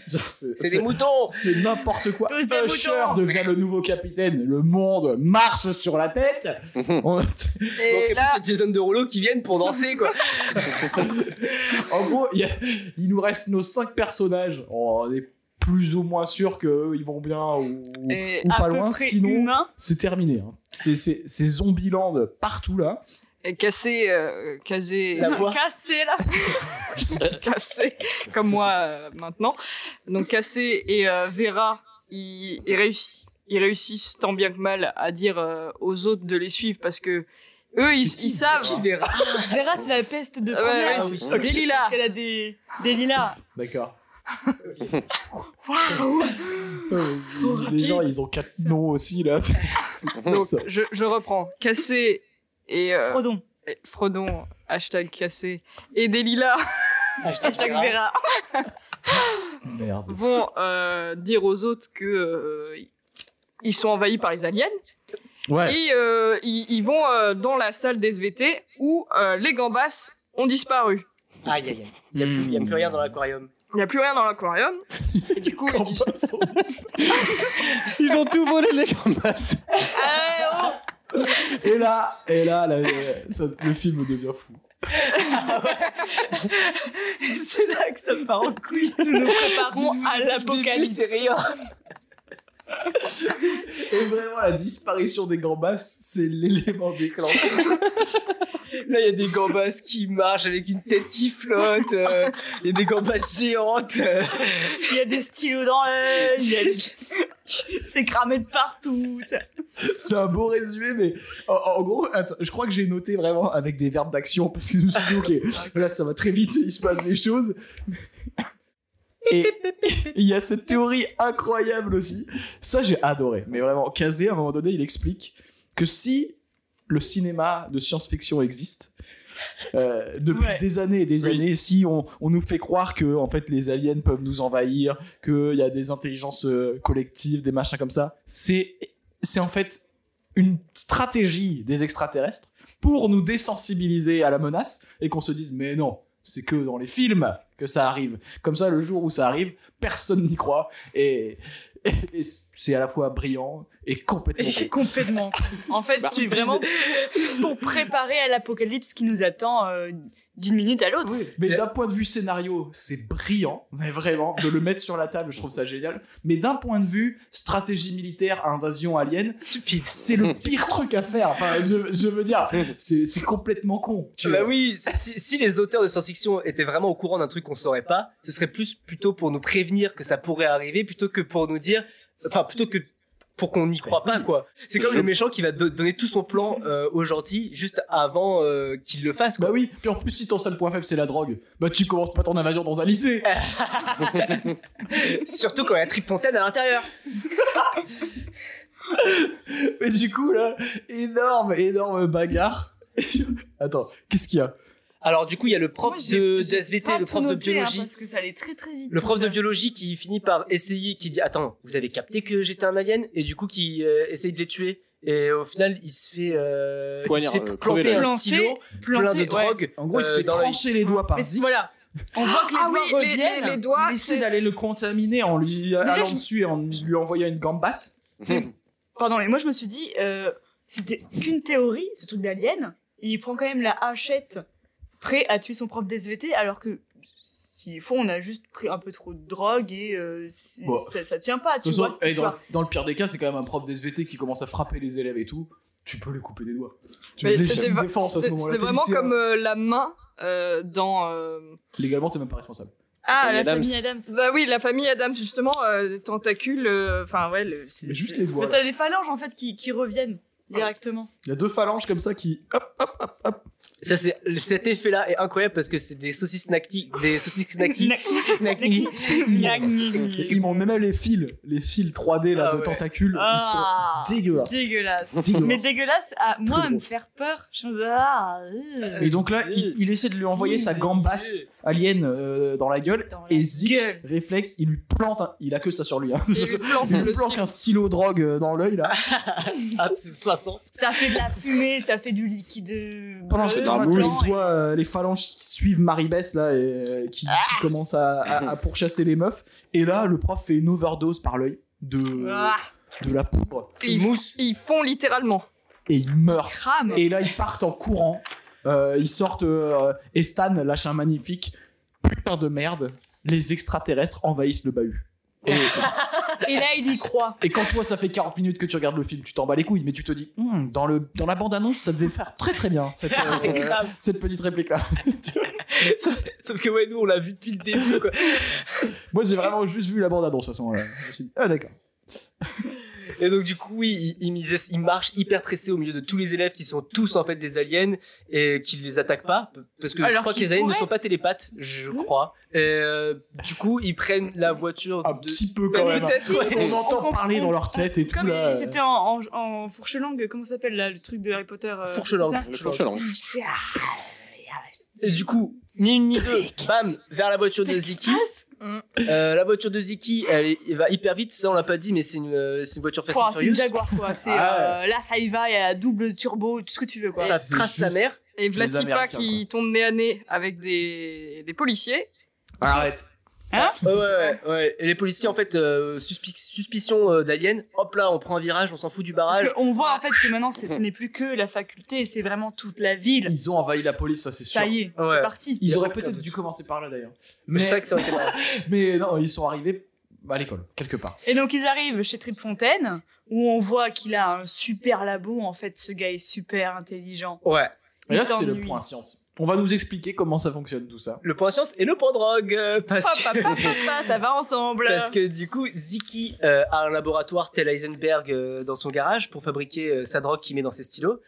A: Genre, c'est-
C: c'est
A: c'est-
C: des moutons
A: C'est n'importe quoi.
B: Tous des
A: Usher
B: moutons.
A: devient le nouveau capitaine. Le monde marche sur la tête. On-
C: Donc,
E: Et
C: il y a
E: là,
C: peut-être Jason de Rouleau qui viennent pour danser, quoi.
A: en gros, il y a- il nous reste nos cinq personnages. Oh, on est plus ou moins sûr qu'eux, ils vont bien ou,
E: et-
A: ou
B: À
A: pas
B: peu
A: loin.
B: près
A: Sinon,
B: humain.
A: c'est terminé. hein. C'est- C'est c'est Zombieland partout là.
E: et casser, euh, caser-
C: La voix.
B: Cassé là
E: cassé, comme moi euh, maintenant. Donc cassé et euh, Vera, ils, ils réussissent, ils réussissent tant bien que mal à dire euh, aux autres de les suivre parce que eux, ils, ils savent.
C: Qui ah verra
B: Vera, c'est la peste de
E: Ouais,
B: première.
E: ouais,
A: oui.
E: c'est- Des lilas.
B: Parce qu'elle a des, des lilas.
A: D'accord.
B: Waouh
A: Euh,
B: Trop
A: les
B: rapide.
A: gens, ils ont quatre noms aussi là. C'est-
E: Donc
A: ça.
E: je, je reprends. Cassé et, euh,
B: Frodon.
E: et Frodon, hashtag cassé, et des lilas
B: Hashtag Vera.
A: Merde.
E: vont euh, dire aux autres que euh, ils sont envahis par les aliens.
A: Ouais.
E: Et euh, ils, ils vont euh, dans la salle des SVT où euh, les gambas ont disparu.
C: Aïe, aïe, aïe. Il
B: Hmm.
C: n'y a plus rien dans l'aquarium.
E: Il n'y a plus rien dans l'aquarium. Et du coup, ils disent
A: Campus.
D: Ils ont tout volé les gambas.
E: Ah,
A: Et là, et là, là, ça- le film devient fou.
B: c'est là que ça part en couille. Nous nous préparons à l'apocalypse.
C: rien.
A: Et vraiment, la disparition des gambas, c'est l'élément déclencheur.
C: Là, il y a des gambas qui marchent avec une tête qui flotte. euh, Il y a des gambas géantes. euh,
B: Il y a des stylos dans l'œil. Il y a- C'est cramé de partout. ça.
A: C'est un beau résumé, mais en, en gros, attends, je crois que j'ai noté vraiment avec des verbes d'action parce que je me suis dit, ok, là ça va très vite, il se passe des choses. Et il y a cette théorie incroyable aussi. Ça, j'ai adoré. Mais vraiment, Kazé, à un moment donné, il explique que si le cinéma de science-fiction existe, euh, depuis
B: Ouais.
A: des années et des
D: Oui.
A: années, si on, on nous fait croire que en fait les aliens peuvent nous envahir, qu'il y a des intelligences euh, collectives, des machins comme ça, c'est c'est en fait une stratégie des extraterrestres pour nous désensibiliser à la menace et qu'on se dise mais non, c'est que dans les films que ça arrive. Comme ça, le jour où ça arrive, personne n'y croit et, et c'est à la fois brillant et complètement. con.
B: Complètement. En fait,
D: Bah.
B: c'est vraiment pour préparer à l'apocalypse qui nous attend euh, d'une minute à l'autre.
A: Mais d'un point de vue scénario, c'est brillant, mais vraiment, de le mettre sur la table, je trouve ça génial. Mais d'un point de vue stratégie militaire, invasion alien,
C: Stupide.
A: c'est le pire truc à faire. Enfin, je, je veux dire, c'est c'est complètement con. tu
C: Bah
A: vois.
C: oui, si- si, si les auteurs de science-fiction étaient vraiment au courant d'un truc qu'on saurait pas, ce serait plus plutôt pour nous prévenir que ça pourrait arriver plutôt que pour nous dire, enfin plutôt que pour qu'on n'y croit pas quoi. C'est comme
D: Je-
C: le méchant qui va do- donner tout son plan euh, au gentil juste avant euh, qu'il le fasse. Quoi.
A: Bah oui, puis en plus, si ton seul point faible c'est la drogue, bah tu commences pas ton invasion dans un lycée.
C: Surtout quand il y a Fontaine à l'intérieur.
A: Mais du coup, là, énorme, énorme bagarre. Attends, qu'est-ce qu'il y a
C: Alors du coup, il y a le prof
B: Moi, j'ai-
C: de, de
B: j'ai
C: SVT,
B: pas
C: le
B: tout
C: prof de
B: noté, hein,
C: biologie.
B: parce que ça allait très très vite.
C: Le
B: tout
C: prof de
B: ça.
C: biologie qui finit par essayer, qui dit Attends, vous avez capté que j'étais un alien Et du coup, qui euh, essaye de les tuer. Et au final, il se fait, euh, il se
D: Poignard,
C: fait
D: euh, crever
C: planter
D: la-
C: un
B: Planter,
C: stylo plein de
B: planter, ouais.
C: drogue.
A: En gros, il se
C: euh,
A: fait
C: dans l'œil.
A: trancher les doigts par
B: Mais
A: Zig.
B: voilà. On voit que Ah les
E: Ah
B: doigts
E: oui, les-
B: reviennent.
E: les- les doigts,
A: Il essaie
E: c'est-
A: d'aller le contaminer en lui allant
B: je-
A: dessus et en lui envoyant une gambasse.
B: Pardon, mais moi je me suis dit, euh, c'était qu'une théorie, ce truc d'alien. Il prend quand même la hachette, prêt à tuer son prof d'SVT, alors que s'il faut, on a juste pris un peu trop de drogue et euh, c'est-
A: Bon.
B: ça, ça tient pas, tu
A: De toute
B: vois.
A: façon,
B: cette
A: eh, dans,
B: histoire.
A: dans le pire des cas, c'est quand même un prof d'SVT qui commence à frapper les élèves et tout. Tu peux lui couper des doigts. Tu
E: Mais
A: les
E: C'était va-
A: défense à ce
E: c'était-
A: moment-là.
E: c'était
A: t'es
E: vraiment
A: lycéen.
E: comme euh, la main euh, dans. euh,
A: Légalement, t'es même pas responsable.
B: Ah,
D: Famille
B: la
D: Adams.
B: famille Adams.
E: Bah oui, la famille Adams, justement, euh, les tentacules. euh, Enfin, ouais, le- c'est-
A: Mais juste
E: c'est-
A: les
B: Mais
A: doigts. là.
B: T'as les phalanges en fait qui, qui reviennent directement.
A: Il y a deux phalanges comme ça qui. Hop,
C: Ça, c'est, cet effet-là est incroyable parce que c'est des saucisses nacti. Des saucisses nacti. nacti.
A: ils m'ont même les fils, les fils 3D là,
C: Ah
A: de
C: ouais.
A: tentacules.
B: Ah.
A: Ils sont dégueulasses.
B: Dégueulasse.
A: Dégueulasse.
B: Mais dégueulasse, à
A: C'est
B: moi,
A: très
B: à me
A: drôle.
B: faire peur. Je me dis, ah, euh,
A: Et donc là, il, il essaie de lui envoyer sa gambasse alien euh, dans la gueule.
B: Dans la
A: Et Zig,
B: gueule.
A: réflexe, il lui plante. un- Il a que ça sur lui. Hein.
E: Il lui plante
A: Il
E: le
A: lui planque
E: slip.
A: un silo drogue euh, dans l'œil là.
C: Ah, c'est 60.
B: Ça fait de la fumée, ça fait du liquide. euh,
A: Pendant ce
B: bleu,
A: temps-là,
D: mousse.
A: on voit euh, les phalanges qui suivent Marie-Bess là, et, euh, qui, qui
B: Ah.
A: commence à, à- à pourchasser les meufs. Et là, le prof fait une overdose par l'œil de,
B: Ah,
A: de la poudre
E: Ils,
C: Mousse.
E: ils font littéralement.
A: et il meurt.
B: crame.
A: Et là, ils partent en courant. Euh, ils sortent. euh, et Stan lâche un magnifique putain de merde. Les extraterrestres envahissent le bahut. Et,
B: Et là, il y croit.
A: et quand toi, ça fait 40 minutes que tu regardes le film, tu t'en bats les couilles, mais tu te dis, Hum, dans, le, dans la bande-annonce, ça devait faire très très bien cette, euh,
C: Ah, grave.
A: cette petite réplique là.
C: Sauf sauf que, ouais, nous, on l'a vu depuis le début, quoi.
A: Moi, j'ai vraiment juste vu la bande-annonce à ce moment-là. Je me suis dit, ah d'accord.
C: Et donc du coup, oui, il, il misait- il marche hyper pressé au milieu de tous les élèves qui sont tous en fait des aliens et qui les attaquent pas p- parce que je
B: Alors
C: crois que
B: qu'ils
C: les aliens ne
B: pourraient. Hmm.
C: sont pas télépathes, je crois. Et euh, du coup, ils prennent la voiture
A: Un
C: de
A: petit peu Ah, quand
C: Bah, Mais
A: même.
C: peut-être,
A: Parce
C: ouais.
A: qu'on entend
B: On-
A: parler
B: on-
A: dans leur tête et tout
B: Comme
A: là.
B: si c'était en, en, en fourche langue, comment ça s'appelle là, le truc de Harry Potter euh,
C: fourche-langue.
B: ça ah,
D: Le fourche-langue.
C: Et du coup, ni une ni deux, bam, vers la voiture de
B: Qu'est-ce qui se
C: Ziki.
B: passe
C: Euh, la voiture de Ziki, elle, est- elle va hyper vite, ça on l'a pas dit, mais c'est une, euh, c'est une voiture Fast
B: Pouah,
C: and
B: C'est une
C: Furious.
B: Jaguar quoi. C'est,
A: Ah
B: euh, là, ça y va, il y a double turbo, tout ce que tu veux quoi.
C: Ça
A: C'est
C: trace sa
A: juste-
C: mère.
E: Et Vlatipa
A: Américains,
E: qui tombe nez à nez avec des, des policiers.
A: Arrête.
C: Ouais, ouais, ouais, ouais. Et les policiers, en fait, euh, suspic- suspicion euh, d'aliens. Hop là, on prend un virage, on s'en fout du
B: Parce
C: barrage.
B: qu'on voit en fait que maintenant, c'est- ce n'est plus que la faculté, c'est vraiment toute la ville.
A: Ils ont envahi la police, ça c'est sûr.
B: Ça y est,
C: Ouais.
B: c'est parti.
A: Ils
C: Et
A: auraient
C: regarde
A: peut-être
C: tout
A: dû
C: de
A: commencer par là d'ailleurs.
C: Mais...
A: Mais,
C: C'est ça que ça aurait été marrant.
A: mais non, ils sont arrivés à l'école, quelque part.
B: Et donc ils arrivent chez Trip Fontaine où on voit qu'il a un super labo. En fait, ce gars est super intelligent.
A: Et
C: Ouais.
B: Ils
A: là, c'est le
B: s'ennuient.
A: point science. On va nous expliquer comment ça fonctionne tout ça.
C: Le point science et le point drogue. euh, Parce
E: Hop,
C: que...
E: hop, hop, hop, hop, ça va ensemble.
C: Parce que du coup, Ziki euh, a un laboratoire tel Heisenberg euh, dans son garage pour fabriquer euh, sa drogue qu'il met dans ses stylos.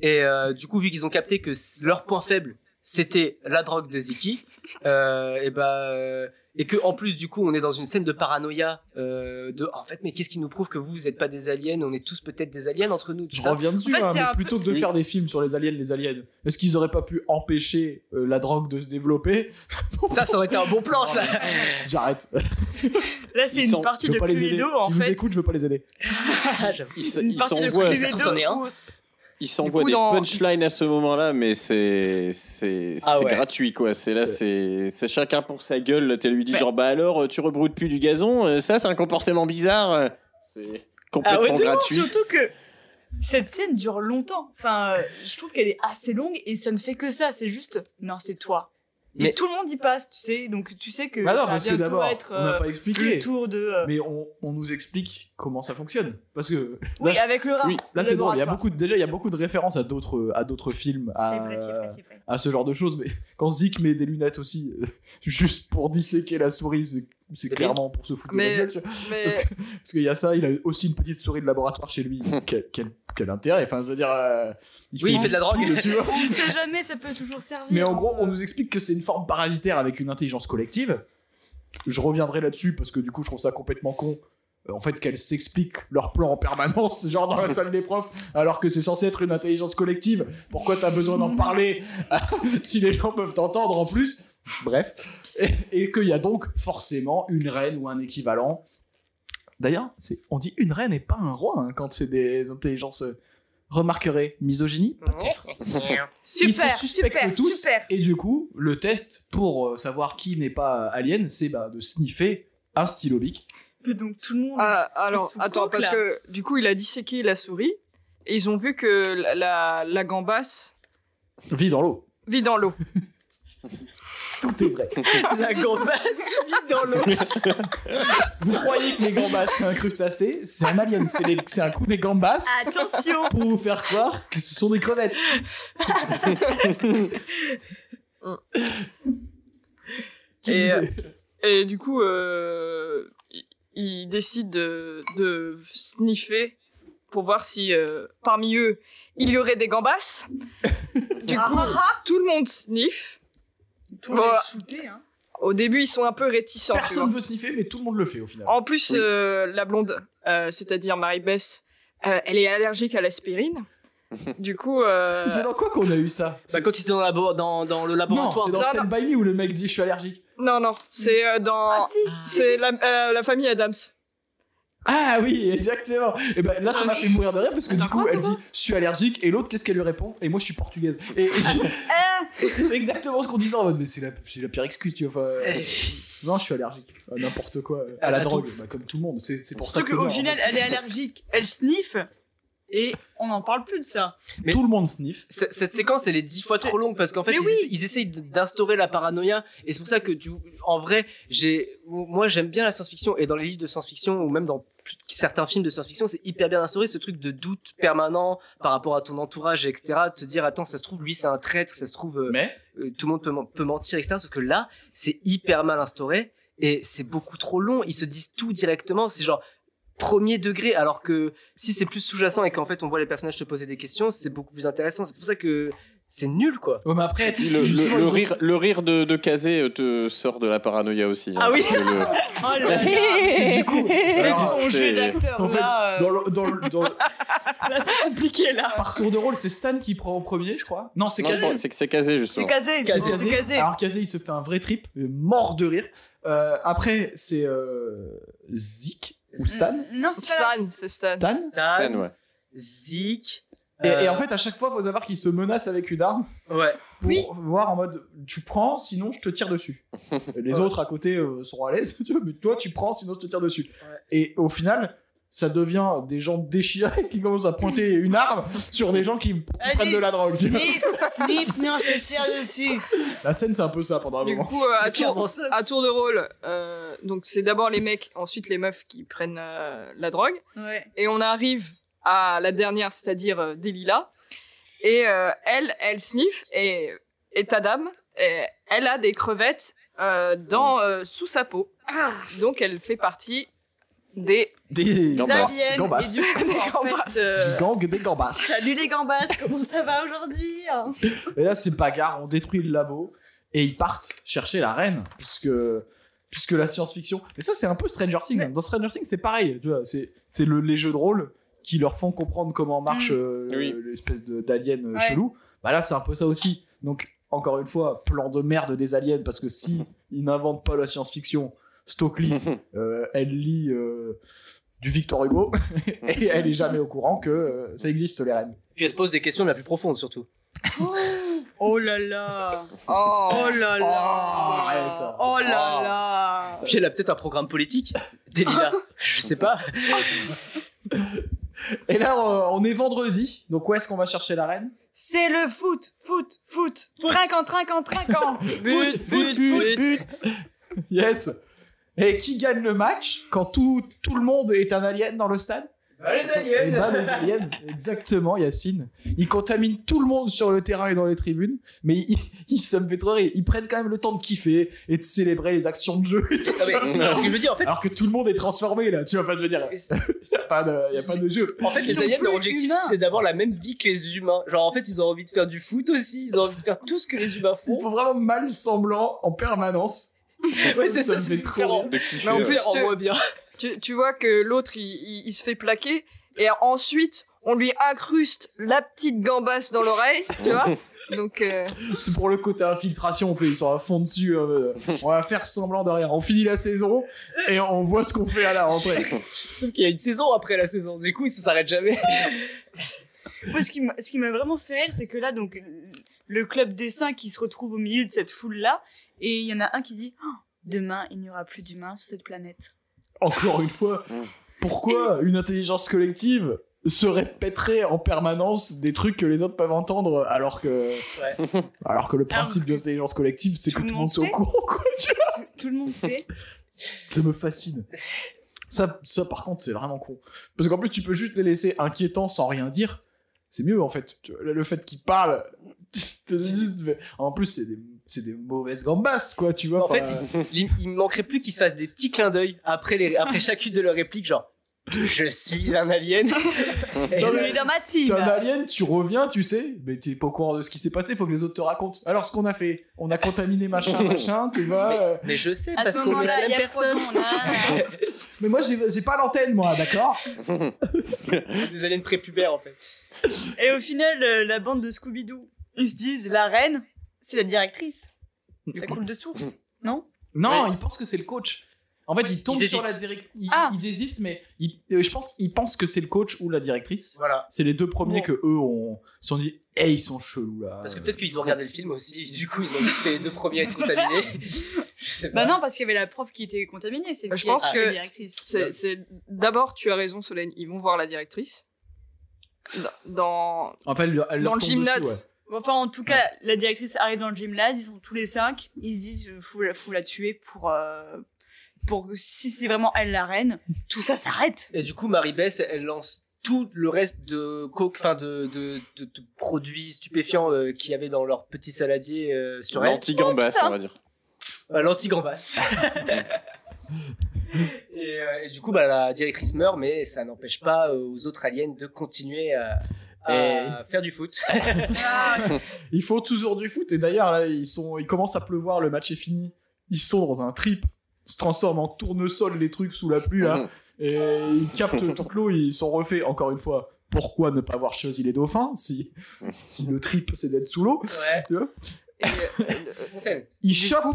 C: Et euh, du coup, vu qu'ils ont capté que c- leur point faible, c'était la drogue de Ziki, euh, et bah, euh, et que en plus du coup, on est dans une scène de paranoïa euh, de en fait, mais qu'est-ce qui nous prouve que vous vous êtes pas des aliens On est tous peut-être des aliens entre nous. Tout
A: Je
C: ça.
A: reviens dessus,
E: En fait,
A: hein,
E: c'est
A: mais
E: un peu-
A: plutôt que de
D: Oui.
A: faire des films sur les aliens, les aliens, est-ce qu'ils auraient pas pu empêcher euh, la drogue de se développer
C: Ça, ça aurait été un bon plan, ça.
A: J'arrête.
B: Là, c'est
D: Ils
B: une
D: sont-
A: Je
B: partie
A: veux
B: de
A: pas les aider.
B: Cluedo, en
A: si vous
B: fait.
A: écoutez, je veux pas les aider.
D: Ils se-
B: Une
D: ils
B: partie de
D: s'envoient
B: Cluedo
C: ça se trouve, t'en es un.
B: où-
D: ils s'envoient
E: coup,
D: des
E: dans-
D: punchlines à ce moment-là, mais c'est c'est
C: Ah
D: c'est
C: ouais.
D: gratuit quoi. C'est là c'est c'est chacun pour sa gueule. Tu lui dis
C: Ouais.
D: genre bah alors euh, tu rebroutes plus du gazon. euh, Ça c'est un comportement bizarre. euh, C'est
C: Ah
D: complètement
C: ouais, de ouf,
D: gratuit.
B: Surtout que cette scène dure longtemps. Enfin, euh, je trouve qu'elle est assez longue et ça ne fait que ça. C'est juste, non, c'est toi.
C: Mais-
B: Et tout le monde y passe, tu sais. Donc tu sais que
A: Mais alors,
B: ça va
A: Bah parce que
B: bientôt
A: d'abord,
B: être
A: on
B: euh,
A: n'a pas expliqué.
B: le tour de. euh,
A: Mais on, on nous explique comment ça fonctionne. Parce que
B: Oui, avec le rat.
D: Oui,
A: bah, là, c'est drôle. Il y a
B: Laboratoire.
A: beaucoup, de- déjà, il y a beaucoup de références à d'autres, à d'autres films, à,
B: C'est vrai, c'est vrai, c'est vrai.
A: à ce genre de choses. Mais quand Zik met des lunettes aussi, euh, juste pour disséquer la souris, c'est- c'est
C: Débile.
A: clairement pour se foutre de la
E: Mais-
A: gueule, tu vois.
E: Mais
A: Parce que- parce qu'il y a ça, il a aussi une petite souris de laboratoire chez lui. quel, quel- quel intérêt Enfin, je veux dire, euh,
C: Oui, il fait de la
A: un
C: drogue.
A: speed, tu vois.
B: On ne sait jamais, ça peut toujours servir.
A: Mais en gros, on
B: Euh,
A: nous explique que c'est une forme parasitaire avec une intelligence collective. Je reviendrai là-dessus parce que du coup, je trouve ça complètement con. Euh, En fait, qu'elles s'expliquent leur plan en permanence, genre dans la salle des profs, alors que c'est censé être une intelligence collective. Pourquoi t'as besoin d'en parler si les gens peuvent t'entendre en plus Bref. Et, et qu'il y a donc forcément une reine ou un équivalent. D'ailleurs, c'est- on dit une reine et pas un roi hein, quand c'est des intelligences. euh, Remarquerez, misogynie ils
B: Super,
A: se suspectent
B: super,
A: tous.
B: super.
A: Et du coup, le test pour euh, savoir qui n'est pas euh, alien, c'est bah, de sniffer un stylo bic.
B: Mais donc tout le monde.
E: Ah, alors,
B: sous
E: attends,
B: coque,
E: parce
B: là.
E: que du coup, il a disséqué la souris et ils ont vu que la, la, la gambasse
A: Vit dans l'eau.
E: vit dans l'eau.
A: Tout est vrai.
C: La gambasse vit dans l'eau.
A: Vous croyez que les gambas, c'est un crustacé C'est un alien, c'est les- c'est un coup des gambas
B: Attention
A: pour vous faire croire que ce sont des crevettes. Qui
E: Et,
A: disait
E: euh, Et du coup, euh, il- il décide de, de sniffer pour voir si euh, parmi eux, il y aurait des gambasses. du
B: Ah,
E: coup,
B: ah,
E: tout le monde sniffe.
B: ah. Tout le monde est shooté, hein.
E: Au début, ils sont un peu réticents. tu vois.
A: Personne ne veut sniffer, mais tout le monde le fait au final.
E: En plus,
D: Oui.
E: euh, la blonde, euh, c'est-à-dire Marie-Bess, euh, elle est allergique à l'aspirine. du coup, euh,
A: C'est dans quoi qu'on a eu ça
C: Bah, quand ils étaient dans, la bo- dans, dans le
A: Non,
C: laboratoire.
A: c'est dans
E: Non,
A: Stand By Me où le mec dit je suis allergique.
E: non, non, c'est euh, dans,
B: Ah, si.
E: c'est la, euh, la famille Adams.
A: Ah oui, exactement. Et ben là, ça m'a fait mourir de rire parce que du
B: Attends,
A: coup,
B: quoi,
A: elle
B: quoi
A: dit je suis allergique et l'autre, qu'est-ce qu'elle lui répond Et moi, je suis portugaise. Et, et
B: Ah.
A: je- c'est exactement ce qu'on disait en mode mais c'est la, c'est la pire excuse, tu vois. Enfin, euh, non, je suis allergique à n'importe quoi, euh, à,
C: À
A: la
C: la
A: drogue, bah, comme tout le monde. C'est, c'est pour ça que
B: Surtout
A: c'est
B: qu'au
A: mort, en
B: final,
A: fait.
B: elle est allergique, elle sniffe, et on n'en parle plus de ça.
C: Mais-
A: tout le monde sniff.
C: C- cette séquence elle est dix fois
B: C'est-
C: trop longue parce qu'en fait
B: Mais
C: ils,
B: oui.
C: essa- ils essayent d- d'instaurer la paranoïa et c'est pour ça que du, en vrai j'ai moi j'aime bien la science-fiction et dans les livres de science-fiction ou même dans plus- certains films de science-fiction c'est hyper bien instauré ce truc de doute permanent par rapport à ton entourage etc de te dire attends ça se trouve lui c'est un traître ça se trouve euh,
A: Mais
C: euh, tout le monde peut, men- peut mentir etc sauf que là c'est hyper mal instauré et c'est beaucoup trop long ils se disent tout directement c'est genre premier degré alors que si c'est plus sous-jacent et qu'en fait on voit les personnages se poser des questions c'est beaucoup plus intéressant c'est pour ça que c'est nul quoi
A: Ouais, mais après,
D: Puis Le, le-
A: justement,
D: le
A: ils ont-
D: rire, le rire de, de Kazé euh, te sort de la paranoïa aussi. hein,
C: Ah oui.
D: parce que le-
B: Oh là là
A: du coup,
B: Avec
A: alors,
B: son
D: c'est-
B: jeu d'acteur,
A: en fait,
B: là, euh, ah.
A: dans le- dans le- dans le-
B: là, c'est compliqué, là.
A: par tour de rôle, c'est Stan qui prend en premier, je crois. Non, c'est
D: Non, je
A: Kazé.
D: crois que c'est- c'est Kazé
B: C'est
D: justement.
B: casé, c'est
A: Kazé.
B: c'est casé.
A: Alors Kazé, il se fait un vrai trip, euh, mort de rire. Euh, après, c'est euh, Zik ou Stan.
B: Non, c'est pas...
E: Stan, c'est Stan.
A: Stan.
D: Stan, ouais.
C: Zik
A: Et,
C: euh,
A: et en fait, à chaque fois, faut savoir qu'il se menace avec une arme
C: ouais
A: pour
E: Oui.
A: voir en mode tu prends, sinon je te tire dessus. Et les
C: Ouais.
A: autres à côté euh, seront à l'aise, tu vois, mais toi tu prends, sinon je te tire dessus.
C: Ouais.
A: Et au final, ça devient des gens déchirés qui commencent à pointer une arme sur des gens qui, qui
B: Allez,
A: prennent de la drogue. tu vois.
B: Sniff, sniff, non, je te tire dessus.
A: La scène, c'est un peu ça pendant un
E: Du
A: moment.
E: coup, euh, à,
C: c'est clairement
E: tour,
C: ça.
E: à tour de rôle, euh, donc c'est d'abord les mecs, ensuite les meufs qui prennent euh, la drogue.
B: Ouais.
E: et on arrive à la dernière, c'est-à-dire euh, Delilah. Et euh, elle, elle sniffe et état d'âme, et elle a des crevettes euh, dans, euh, sous sa peau. Donc elle fait partie des,
A: Des
D: Gambas.
B: Xavier,
A: Gambas.
B: et du coup,
E: Des
B: en
E: gambas.
B: fait, euh,
A: Gang des Gambas.
B: Salut les gambas, comment ça va aujourd'hui
A: Et là, c'est bagarre, on détruit le labo et ils partent chercher la reine, puisque, puisque la science-fiction. Mais ça, c'est un peu Stranger Things.
B: Mais-
A: hein. Dans Stranger Things, c'est pareil. Tu vois, c'est c'est le, les jeux de rôle qui leur font comprendre comment marche
B: Mm.
A: euh,
D: Oui.
A: l'espèce de- d'alien euh,
B: Ouais.
A: chelou. Bah là, c'est un peu ça aussi. Donc, encore une fois, plan de merde des aliens, parce que si ils n'inventent pas la science-fiction, Stockley, euh, elle lit euh, du Victor Hugo et elle est jamais au courant que euh, ça existe les reines.
C: Puis elle se pose des questions la plus profonde surtout.
B: Oh là là
E: oh,
B: Oh là là
A: Oh, arrête.
B: Oh là là
C: Puis elle a peut-être un programme politique, Delilah. Ah, Je sais pas.
A: Et là, euh, on est vendredi, donc où est-ce qu'on va chercher la reine
B: C'est le foot, foot, foot Trinquant, trinquant, trinquant
A: Foot, foot, foot, foot. Yes Et qui gagne le match quand tout, tout le monde est un alien dans le stade
C: Bah, les
A: Eh ben, les aliens, exactement, Yacine. Ils contaminent tout le monde sur le terrain et dans les tribunes, mais ils, ils, ça me fait trop rire. Ils prennent quand même le temps de kiffer et de célébrer les actions de jeu. et tout, tu vois.
C: ce que je veux dire, en fait,
A: Alors que tout le monde est transformé, là, tu vois pas, je veux dire. Y a pas de, y a pas de jeu.
C: en fait
B: Ils
C: les
B: sont
C: aliens,
B: plus
C: leur objectif,
B: humains.
C: c'est d'avoir la même vie que les humains. Genre, en fait, ils ont envie de faire du foot aussi, ils ont envie de faire tout ce que les humains
A: Ils
C: font.
A: font vraiment mal semblant en permanence.
C: Ouais, c'est ça,
A: me
C: c'est
A: fait trop
C: différent.
A: rire.
D: De kiffer.
E: Ah,
D: euh, ouais.
E: Mais en plus,
C: Faire en
E: te-
C: moins bien.
E: tu, tu vois que l'autre, il, il- il se fait plaquer, et ensuite, on lui incruste la petite gambasse dans l'oreille, tu vois Donc, euh,
A: C'est pour le côté infiltration, tu sais, ils sont à fond dessus. euh, on va faire semblant de rien. On finit la saison et on voit ce qu'on fait à la rentrée.
C: Sauf qu'il y a une saison après la saison, du coup, ça s'arrête jamais.
B: Moi, ce qui m'a- ce qui m'a vraiment fait rire, c'est que là, donc, le club des cinq qui se retrouve au milieu de cette foule-là, et il y en a un qui dit Oh, Demain, il n'y aura plus d'humains sur cette planète.
A: Encore une fois, pourquoi une intelligence collective se répéterait en permanence des trucs que les autres peuvent entendre alors que alors que le principe de l'intelligence collective c'est que Ah, tout le monde soit au
B: sait.
A: courant quoi, tu vois.
B: Tout- Tout le monde sait.
A: ça me fascine ça, ça par contre c'est vraiment con parce qu'en plus tu peux juste les laisser inquiétants sans rien dire c'est mieux en fait Tu vois, le fait qu'ils parlent tu te dis juste, mais- en plus c'est des c'est des mauvaises gambasses quoi tu vois
C: En fait,
A: enfin,
C: il, il me manquerait plus qu'ils se fassent des petits clins d'œil après, les, après chacune de leurs répliques, genre je suis un alien. Et-
A: Non,
B: Je
A: mais-
B: vais dans ma team.
A: T'es un alien, tu reviens, tu sais, mais t'es pas au courant de ce qui s'est passé, faut que les autres te racontent. Alors, ce qu'on a fait, on a contaminé machin, machin, tu vois. euh,
C: Mais je sais,
B: À
C: parce
B: ce
C: qu'on est
B: moment-là,
C: la
B: il y
C: même
B: a
C: personne.
B: Frodon, là.
A: Mais moi, j'ai j'ai pas l'antenne, moi, d'accord
C: Des aliens prépubères en fait.
B: Et au final, euh, la bande de Scooby-Doo, ils se disent La reine, c'est la directrice. Ça coule de source, non
A: Non,
C: Ouais.
A: ils pensent que c'est le coach. En fait, ils tombent
C: Ils
A: sur
C: hésitent.
A: la directrice. Ils,
B: Ah.
A: ils hésitent, mais ils- euh, je pense qu'ils pensent que c'est le coach ou la directrice.
C: Voilà.
A: C'est les deux premiers
C: Bon.
A: que eux ont se sont dit, Eh, ils sont chelous là.
C: Parce que peut-être qu'ils ont regardé le film aussi, du coup ils ont dit que c'était les deux premiers à être contaminés. je sais
B: Bah
C: pas.
B: non, parce qu'il y avait la prof qui était contaminée. C'est
E: Je
B: qui
E: pense
B: a été
E: que-
B: directrice.
E: c'est, c'est- d'abord, tu as raison, Solène, ils vont voir la directrice. Dans,
A: En fait, elle, elle leur
E: Dans le
A: tombe
E: gymnase.
A: dessus, ouais.
B: Enfin, en tout cas, la directrice arrive dans le gymnase, ils sont tous les cinq, ils se disent euh, faut, la- faut la tuer pour. euh, pour que si c'est vraiment elle la reine, tout ça s'arrête.
C: Et du coup Marie Bess elle lance tout le reste de coke, enfin de, de, de- de produits stupéfiants euh, qu'il y avait dans leur petit saladier euh, sur elle.
D: L'anti-gambas,
B: Oups.
D: on va dire.
C: Euh, L'anti-gambas. et, euh, et du coup, bah, la directrice meurt, mais ça n'empêche pas euh, aux autres aliens de continuer à, à faire du foot.
A: Ils font toujours du foot et d'ailleurs là ils sont ils commencent à pleuvoir, le match est fini. Ils sont dans un trip, ils se transforment en tournesol les trucs sous la pluie
D: Mhm.
A: là et ils captent toute l'eau, ils sont refaits encore une fois. Pourquoi ne pas avoir choisi les dauphins si si le trip c'est d'être sous l'eau
C: ouais.
A: tu vois
E: et, euh,
C: Fontaine.
A: Ils chopent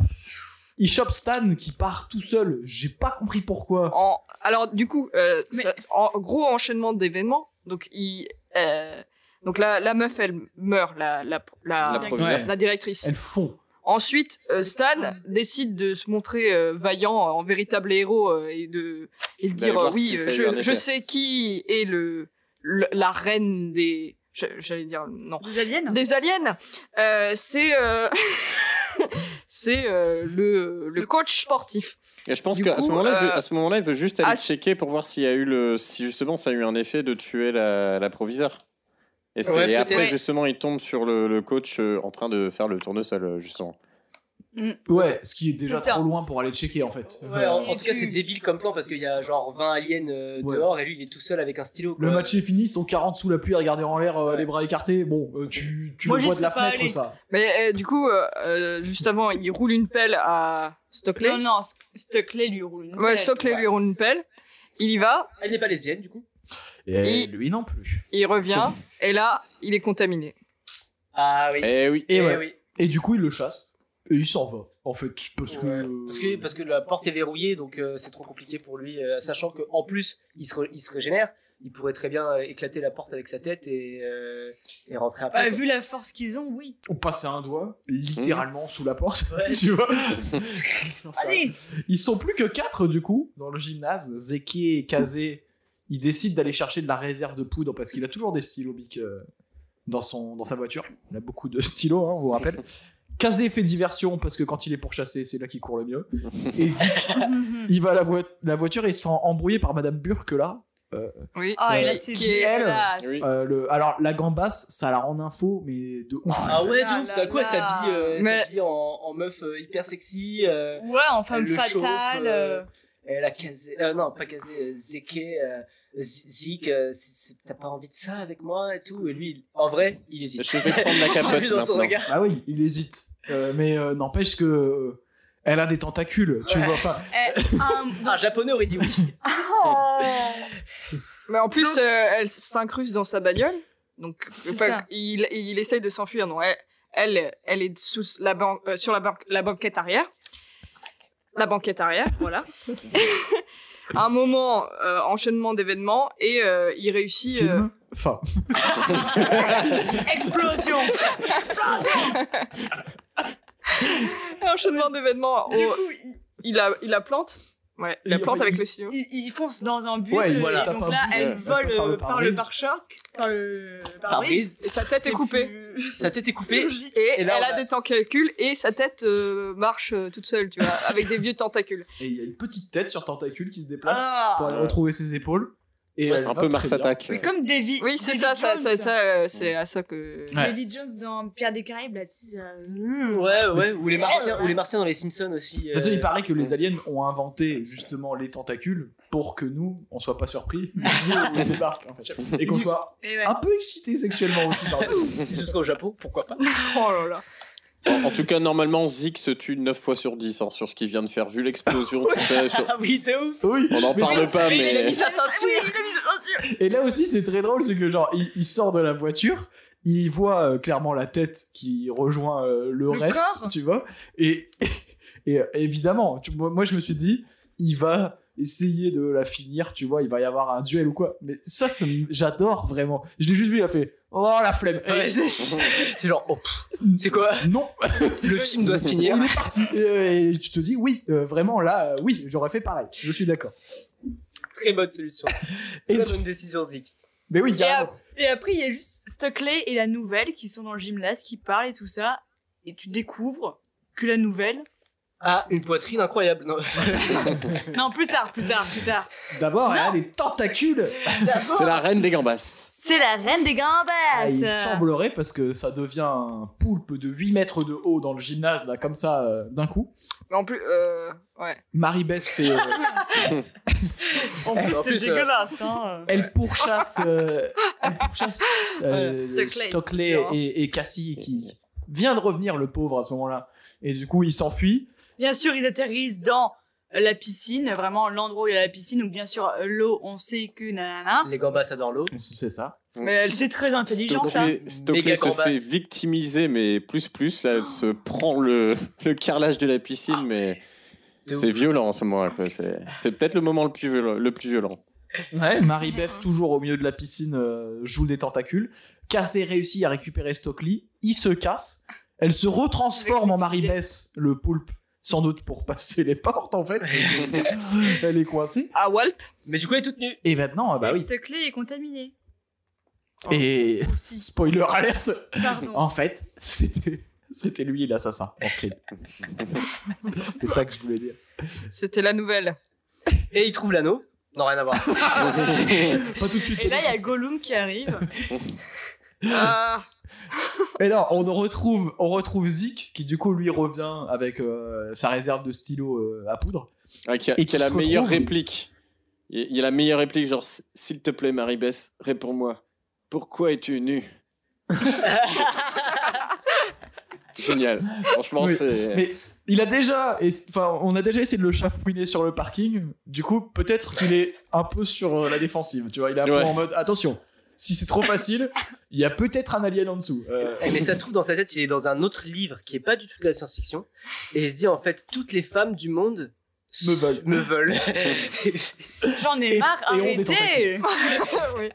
A: ils chopent Stan qui part tout seul, j'ai pas compris pourquoi.
E: En- alors du coup, euh,
B: Mais-
E: ça- en gros enchaînement d'événements. Donc il, euh, donc la, la meuf elle meurt, la la la,
D: La
A: première.
E: la directrice.
A: Elles font.
E: Ensuite, euh, Stan décide de se montrer euh, vaillant euh, en véritable héros euh, et de et de
D: D'aller
E: dire
D: Bah, voir
E: euh, oui,
D: si ça
E: euh,
D: a eu un
E: je, je
D: effet.
E: sais qui est le, le- la reine des je- j'allais dire non
B: Des aliens
E: des aliens. Euh, c'est euh, c'est euh, le le coach sportif.
D: Et je pense
E: Du
D: qu'à ce
E: coup,
D: moment-là, il
E: euh,
D: veut- à ce moment-là, il veut juste aller
E: à ce-
D: checker pour voir s'il y a eu le, si justement ça a eu un effet de tuer la, la proviseur. Et, c'est-
C: Ouais,
D: et après,
C: peut-être.
D: justement, il tombe sur le, le coach euh, en train de faire le tournesol, euh, justement.
A: Ouais, ce qui est déjà
B: C'est ça.
A: trop loin pour aller checker en fait.
C: Ouais, en, en
B: Et
C: tout cas,
B: tu-
C: c'est débile comme plan parce qu'il y a genre 20 aliens euh,
A: Ouais.
C: dehors et lui, il est tout seul avec un stylo.
A: Le
C: quoi.
A: match est fini, ils sont 40 sous la pluie à regarder en l'air, euh,
C: Ouais.
A: les bras écartés. Bon, euh, tu, tu
B: Moi,
A: le
B: j'y
A: vois de
B: suis
A: la
B: pas
A: fenêtre,
B: allée.
A: ça.
E: Mais euh, du coup, euh, euh, juste avant, il roule une pelle à Stockley.
B: Non, non, S- Stockley lui roule une
E: Ouais,
B: pelle.
E: Stockley
C: Ouais.
E: lui roule une pelle. Il y va,
C: Elle Ah, n'est pas lesbienne du coup.
A: Et,
E: Et-
A: lui non plus.
E: il revient, et là, il est contaminé.
C: Ah oui.
D: Eh oui.
A: Et,
C: Eh
A: ouais.
C: oui.
A: Et du coup, il le chasse. Et il s'en va, en fait, parce que...
C: Parce que, parce que la porte est verrouillée, donc euh, c'est trop compliqué pour lui. euh, sachant qu'en plus, il se, re- il se régénère, il pourrait très bien euh, éclater la porte avec sa tête et, euh, et
A: Ah,
C: rentrer
B: Bah,
C: après. quoi.
B: vu la force qu'ils ont, oui.
A: On passait un doigt, littéralement, sous la porte,
C: Ouais.
A: tu vois.
B: Allez
A: Ils sont plus que 4, du coup, dans le gymnase. Zeki et Kazé, ils décident d'aller chercher de la réserve de poudre, parce qu'il a toujours des stylos bic euh, dans, son, dans sa voiture. Il a beaucoup de stylos, hein, on vous rappelle. Kazé fait diversion, parce que quand il est pourchassé, c'est là qu'il court le mieux. Et Zeki,
B: Mhm,
A: il va à la, voi- la voiture et il se fait embrouiller par Madame Burke, là.
E: Oui.
B: Ah, et
A: Euh,
B: là, c'est
E: qui est elle.
B: dégueulasse.
D: Oui.
A: Euh, le- alors, la gambasse, ça la rend info, mais de ouf.
C: Ah ouais,
B: Ah
C: de ouf,
B: là
C: d'un coup, elle
B: là.
C: s'habille euh, elle
E: Mais-
C: s'habille en, en meuf euh, hyper sexy. euh,
B: Ouais, en femme
C: Elle le chauffe,
B: fatale.
C: euh,
B: euh,
C: elle a casé. euh, non, pas casé, euh, Zeke. euh, Z- Zik, euh, c'est- c'est- t'as pas envie de ça avec moi et tout. Et lui, il- en vrai, il hésite.
D: Je vais prendre la
C: On l'a
D: capote
C: vu dans son
D: maintenant.
C: regard.
A: Ah oui, il hésite. Euh, mais euh, n'empêche que. euh, elle a des tentacules, tu
C: Ouais.
A: vois. Enfin,
B: eh, un- oh,
C: Un japonais aurait dit oui.
E: Mais en plus, euh, elle s'incruste dans sa bagnole. Donc,
B: C'est
E: faut pas-
B: ça.
E: il, il essaye de s'enfuir. Non, elle, elle, elle est sous la ban- euh, sur la, ban- la banquette arrière. La banquette arrière, voilà. un moment, euh, enchaînement d'événements, et euh, il réussit. euh,
A: film. Enfin,
B: Explosion
E: un euh, enchaînement d'événements.
B: Du
E: au-
B: coup, il-
E: il, la, il la plante. Ouais, il la
A: Il-
E: plante
A: enfin,
E: avec
A: il-
E: le sillon.
B: il, il fonce dans un bus,
A: Ouais,
C: il
B: et
C: voilà.
A: tape un
B: donc là,
A: bus,
B: elle
D: elle
B: vole
A: passe par le
B: euh, par le
A: pare-brise.
B: pare-choc, par le
C: Pare-brise.
B: pare-brise.
E: Et sa tête est,
B: C'est
E: coupée.
B: plus-
C: Sa tête est coupée.
E: Et,
C: Et là,
E: elle
C: on
E: a
C: a-
E: des tentacules et sa tête euh, marche euh, toute seule, tu vois, avec des vieux tentacules.
A: et il y a une petite tête sur tentacule qui se déplace pour
B: Ah.
A: aller
D: Ouais.
A: retrouver ses épaules. Et
C: Ouais,
A: elle
D: C'est un
A: va
D: peu
A: très
D: Mars
A: bien.
D: Attack.
B: Mais comme Davy.
E: Oui, c'est
B: Davy
E: ça, ça,
B: Jones.
E: ça, ça, euh, c'est à ça que.
A: Ouais.
B: Davy Jones dans Pierre des Caraïbes, là, tu sais, euh,
C: Ouais, ouais, ou les martiens, ou les martiens dans les Simpsons aussi.
A: De toute façon,
C: euh,
A: Bah, il paraît que les aliens ont inventé justement les tentacules pour que nous, on soit pas surpris du jour où on débarque, en fait. Et qu'on soit
B: mais ouais.
A: un peu excité sexuellement aussi. par le-
C: si ce serait au Japon, pourquoi pas
E: Oh là là.
D: En, en tout cas, normalement, Zik se tue 9 fois sur 10 hein, sur ce qu'il vient de faire, vu l'explosion. tout ça, sur-
C: Ah oui, t'es ouf
A: Oui,
D: On n'en
A: mais
D: parle pas,
C: mais il a
D: mais.
C: mis sa ceinture
B: Oh,
A: Et là aussi, c'est très drôle, c'est que genre, il, il sort de la voiture, il voit euh, clairement la tête qui rejoint euh, le, reste,
B: corps.
A: tu vois. Et, et, euh, évidemment, tu- moi, moi, je me suis dit, il va essayer de la finir, tu vois, il va y avoir un duel ou quoi. Mais ça, ça me- j'adore vraiment. Je l'ai juste vu, il a fait, oh la flemme.
C: Ah Ouais,
A: Et-
C: c'est c'est genre, oh, c'est quoi
A: Non,
C: le film doit se
A: il
C: finir.
A: est parti. Et, et tu te dis, oui, euh, vraiment, là, euh, oui, j'aurais fait pareil. Je suis d'accord.
C: Très bonne solution.
A: Et
C: Très
A: tu-
C: bonne décision, Zik.
A: Mais oui,
B: Et,
A: carrément.
B: ap- et après, il y a juste Stockley et la nouvelle qui sont dans le gymnase, qui parlent et tout ça. Et tu découvres que la nouvelle.
C: Ah, une poitrine incroyable. Non.
B: Non, plus tard, plus tard, plus tard.
A: D'abord, elle a des tentacules.
D: C'est la reine des gambas.
B: C'est la reine des
A: Ah, il
B: gambasses.
A: semblerait parce que ça devient un poulpe de 8 mètres de haut dans le gymnase, là, comme ça, euh, d'un coup.
E: Mais en plus, euh, ouais.
A: Marie-Bess fait. euh,
B: en
A: Eh,
B: plus,
C: En
B: c'est
C: plus, euh,
B: dégueulasse. Hein.
A: elle pourchasse. euh, elle pourchasse euh,
E: Ouais, Stockley.
A: Stockley et, et Cassie qui vient de revenir, le pauvre, à ce moment-là. Et du coup, il s'enfuit.
B: Bien sûr, ils atterrissent dans euh, la piscine, vraiment l'endroit où il y a la piscine. Donc, bien sûr, euh, l'eau, on sait que nanana. Euh,
C: Les gambas adorent l'eau.
A: C'est ça.
E: Mais elle,
B: C'est très intelligent, ça.
D: Stockley, Stockley
C: Méga
D: se
C: gambas.
D: fait victimiser, mais plus plus, là, elle se prend le, le carrelage de la piscine, mais
C: De
D: c'est
C: ouf.
D: violent en ce moment-là. quoi. C'est c'est peut-être le moment le plus violent. Le plus violent.
A: Ouais, Marie-Bess, toujours au milieu de la piscine, euh, joue des tentacules. Cassé réussit à récupérer Stockley. Il se casse. Elle se retransforme en Marie-Bess, le poulpe. Sans doute pour passer les portes, en fait. elle est coincée.
E: à Walp.
C: Mais du coup, elle est toute nue.
A: Et maintenant, euh, bah
B: Et
A: oui.
B: Stockley est contaminé.
A: Et
B: Aussi.
A: spoiler alerte,
B: Pardon.
A: en fait, c'était c'était lui l'assassin en script. C'est ça que je voulais dire.
E: C'était la nouvelle.
C: Et il trouve l'anneau.
D: Ah,
C: Non, rien à voir.
A: Pas tout de suite.
B: Et là, il y a Gollum qui arrive.
E: Ah,
A: Et non, on retrouve, on retrouve Zik qui du coup lui revient avec euh, sa réserve de stylo euh, à poudre.
D: Ouais, qui a,
A: Et
D: qui a
A: qui
D: la
A: se
D: meilleure
A: retrouve-
D: réplique. Il il y a la meilleure réplique, genre, s- s'il te plaît, Marie-Bess, réponds-moi. Pourquoi es-tu nue Génial. Franchement,
A: Oui.
D: c'est.
A: Mais il a déjà, et- enfin, on a déjà essayé de le chafouiner sur le parking. Du coup, peut-être qu'il est un peu sur euh, la défensive. Tu vois, il est un
D: Ouais.
A: peu en mode attention. Si c'est trop facile, il y a peut-être un alien en dessous. Euh,
C: Eh, mais ça se trouve, dans sa tête, il est dans un autre livre qui est pas du tout de la science-fiction. Et il se dit, en fait, toutes les femmes du monde
A: Me veulent.
C: Me veulent.
B: J'en ai
A: Et-
B: marre,
A: et on est
B: arrêtez
E: oui.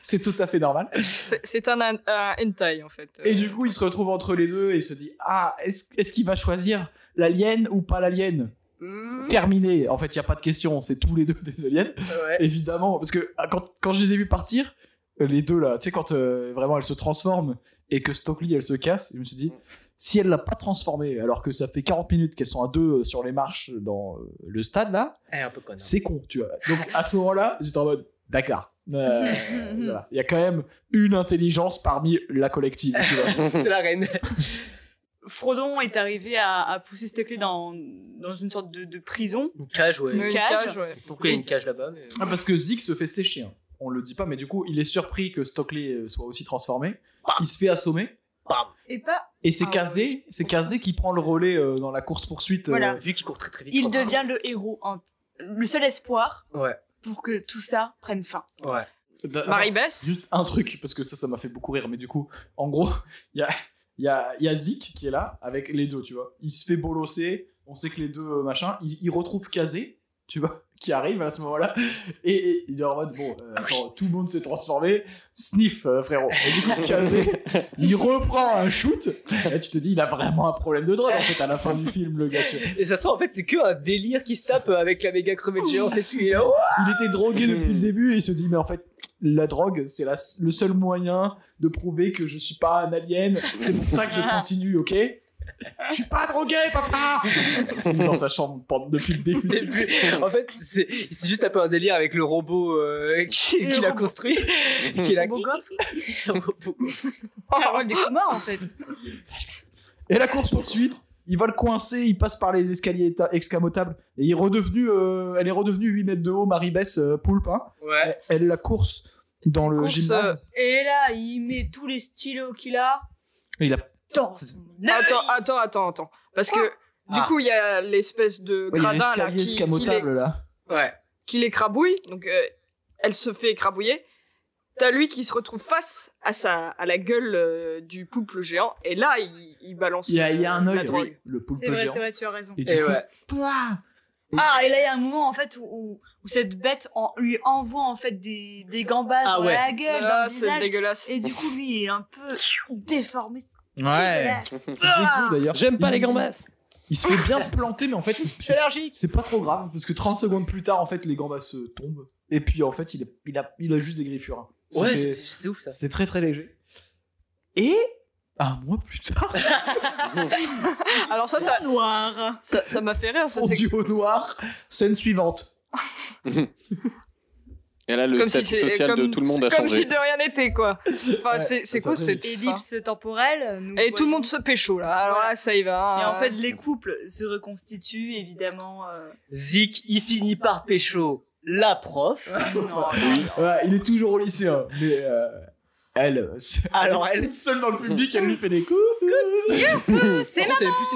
A: c'est tout à fait normal.
E: C'est c'est un, un, un hentai en fait.
A: Et du coup, il se retrouve entre les deux et il se dit ah, est-ce est-ce qu'il va choisir l'alien ou pas l'alien
E: Mm,
A: Terminé. En fait, il y a pas de question. C'est tous les deux des aliens.
E: ouais.
A: évidemment parce que ah, quand, quand je les ai vus partir euh, les deux là tu sais quand euh, vraiment elle se transforme et que Stockley elle se casse je me suis dit si elle l'a pas transformée alors que ça fait 40 minutes qu'elles sont à deux euh, sur les marches dans euh, le stade là
C: Elle est Eh, un peu hein. conne.
A: c'est con tu vois donc à ce moment là j'étais en mode d'accord Euh, voilà. il y a quand même une intelligence parmi la collective tu vois.
C: C'est la reine.
B: Frodon est arrivé à, à pousser cette clé dans, dans une sorte de, de prison.
C: Une cage, ouais.
E: Une
B: cage.
E: cage, ouais.
C: Pourquoi il y a une cage là-bas mais-
A: Ah, parce que Zeke se fait sécher hein. on le dit pas mais du coup il est surpris que Stockley euh, soit aussi transformé il se fait assommer
B: Et pas.
A: Et c'est
B: Ah, oui,
A: Kazé,
B: je
A: c'est
B: comprends.
A: Kazé qui prend le relais euh, dans la course poursuite.
B: Voilà.
C: Vu qu'il court très très vite.
B: Il
C: quoi.
B: devient le héros, hein. le seul espoir
C: Ouais,
B: pour que tout ça prenne fin.
C: ouais.
E: Marie Bess
A: Bah, Juste un truc parce que ça, ça m'a fait beaucoup rire. Mais du coup, en gros, il y a, il y a- il y a Zik qui est là avec les deux, tu vois. Il se fait bolosser. On sait que les deux euh, machin. Il, il retrouve Kazé, tu vois, qui arrive à ce moment-là. Et, et il est en mode bon, euh, attends, tout le monde s'est transformé. Sniff, euh, frérot. Et du coup, Kazé, il reprend un shoot. Et là, tu te dis, il a vraiment un problème de drogue en fait à la fin du film, le gars. tu vois.
C: Et ça sent en fait, c'est que un délire qui se tape avec la méga crevette géante et tout. Il est là, oh
A: Il était drogué depuis le début et il se dit mais en fait la drogue c'est la- le seul moyen de prouver que je suis pas un alien. C'est pour ça que je continue, ok Je suis pas drogué, papa. Dans sa chambre pendant- depuis le début.
C: début. En fait, c'est il s'est juste tapé un délire avec le robot euh, qui-
B: Le
C: qu'il a
B: robot.
C: construit. qu'il a
A: Euh,
B: Bogov,
C: Robot.
B: la rôle des Kumas, en fait.
A: Et la course poursuite, il va le coincer, il passe par les escaliers éta- escamotables et il est redevenu, euh, elle est redevenue 8 mètres de haut, Marie Bess euh, Poulpe. hein.
C: Ouais.
A: Elle, elle la course dans le
E: Course, euh,
A: gymnase.
B: Et là, il met tous les stylos qu'il a
A: Et il a
B: dans son
E: Attends, attends, attends, attends. Parce que du
C: Ah.
E: coup, il y a l'espèce de
A: ouais, il y a
E: gradin là
A: l'escalier
E: qui, qui les-
A: escamotable là.
C: Ouais.
E: qui l'écrabouille, donc euh, elle se fait écrabouiller. T'as lui qui se retrouve face à, sa, à la gueule euh, du poulpe géant, et là, il, il balance
A: Il y a, il y a un
E: euh, la
A: œil,
E: drogue.
A: oui, le poulpe
B: C'est vrai,
A: géant.
B: c'est vrai, tu as raison.
A: Et du
C: Et
A: coup,
C: ouais.
A: pouah,
B: Ah, et là, il y a un moment, en fait, où, où, où cette bête en- lui envoie, en fait, des, des gambas
C: Ah
B: dans
C: ouais.
B: la gueule,
E: Ah,
B: dans le
E: c'est
B: visage.
E: dégueulasse.
B: Et du coup, lui, il est un peu déformé.
A: Ouais.
B: dégueulasse.
A: C'est très cool, d'ailleurs.
D: J'aime pas
A: Il-
D: les gambasses.
A: Il se fait bien planter, mais en fait, c'est-
C: allergique.
A: c'est pas trop grave parce que 30 secondes plus tard, en fait, les gambas se tombent. Et puis, en fait, il a, il a, il a juste des griffures. hein.
C: Ouais,
A: C'était-
C: c'est c'est ouf ça.
A: c'était très très léger. Et un mois plus tard,
E: Alors ça, ça
B: noir.
E: ça ça m'a fait rire. ça, c'est-
A: fondu au noir, scène suivante.
D: Et là, le
E: comme si
D: statut
E: c'est
D: social
E: comme,
D: de tout le monde a
E: comme
D: changé.
E: si de rien n'était quoi. Enfin,
A: Ouais,
E: c'est c'est
A: ça
E: quoi
A: fait
E: cette fin
B: Ellipse temporelle. nous
E: Et tout le
B: voyons.
E: monde se pécho là. Alors là, ça y va.
B: Et
E: hein.
B: en fait, les couples se reconstituent, évidemment. euh,
C: Zik, il finit par pécho la prof.
B: non.
A: Ouais, il est toujours au lycée, hein, mais euh, elle, euh, c'est-
C: Alors,
A: elle est
C: elle-
A: toute seule dans le public, elle lui fait des coups.
B: C'est
C: Par contre, elle est plus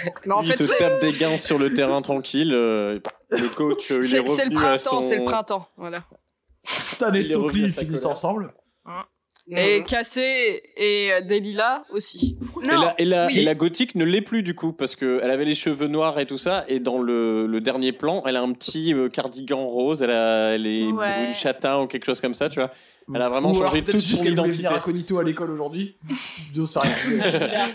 C: sexy.
E: mais en
D: il
E: fait,
D: se
E: c'est
D: tape des gains sur le terrain tranquille. euh, le coach, euh, il est
E: c'est- c'est
D: revenu
E: le
D: à son.
E: printemps, c'est le printemps, voilà.
A: Stan et
D: Il est revenu
A: Stockley
D: à sa
A: finissent
D: colère.
A: ensemble.
B: Mm.
E: Et Cassé et euh, Delilah aussi.
D: Et la, et, la,
E: oui.
D: et la gothique ne l'est plus du coup parce que elle avait les cheveux noirs et tout ça et dans le, le dernier plan elle a un petit euh, cardigan rose elle, a, elle est
B: Ouais.
D: brune châtain ou quelque chose comme ça tu vois Elle a vraiment
A: Ou alors
D: changé
A: peut-être
D: toute
A: juste
D: son
A: qu'elle voulait
D: identité.
A: venir incognito à l'école aujourd'hui. J'en sais rien.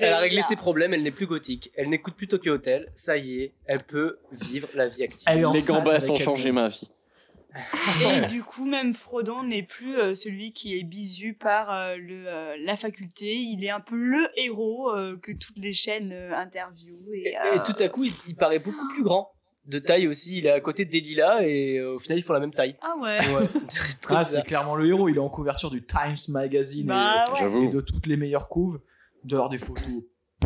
C: Elle a réglé ses problèmes, elle n'est plus gothique. Elle n'écoute plus Tokyo Hotel. Ça y est, elle peut vivre la vie active.
A: Elle est en
D: les
A: phase
D: gambas
A: avec
D: ont
A: elle.
D: changé ma vie
B: Et du coup, même Frodon n'est plus euh, celui qui est bisu par euh, le, euh, la faculté. Il est un peu le héros euh, que toutes les chaînes euh, interviewent. Et,
C: Et,
B: euh,
C: et tout à coup, il, il paraît beaucoup plus grand. de taille aussi. Il est à côté des lilas et euh, au final, ils font la même taille.
B: Ah ouais.
C: Ouais, c'est très
A: Ah,
C: bizarre.
A: c'est clairement le héros. Il est en couverture du Times Magazine
B: Bah
A: et,
B: ouais.
D: J'avoue.
A: et de toutes les meilleures couves. Dehors des photos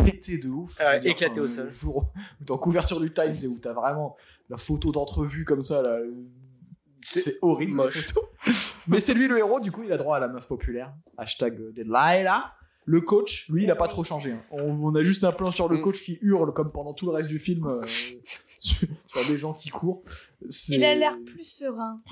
A: pétées de ouf.
C: Ah ouais,
A: Je veux dire,
C: éclatées
A: enfin,
C: au sol.
A: Le jour où t'es en couverture du Times et où t'as vraiment la photo d'entrevue comme ça, là. C'est horrible. la
C: moche.
A: photo. Mais c'est lui le héros, du coup, il a droit à la meuf populaire. Hashtag euh, Delilah. Le coach, lui, il a pas trop changé. hein. On, on a juste un plan sur le
D: Mm.
A: coach qui hurle comme pendant tout le reste du film euh, sur, sur des gens qui courent. C'est-
B: Il a l'air plus serein.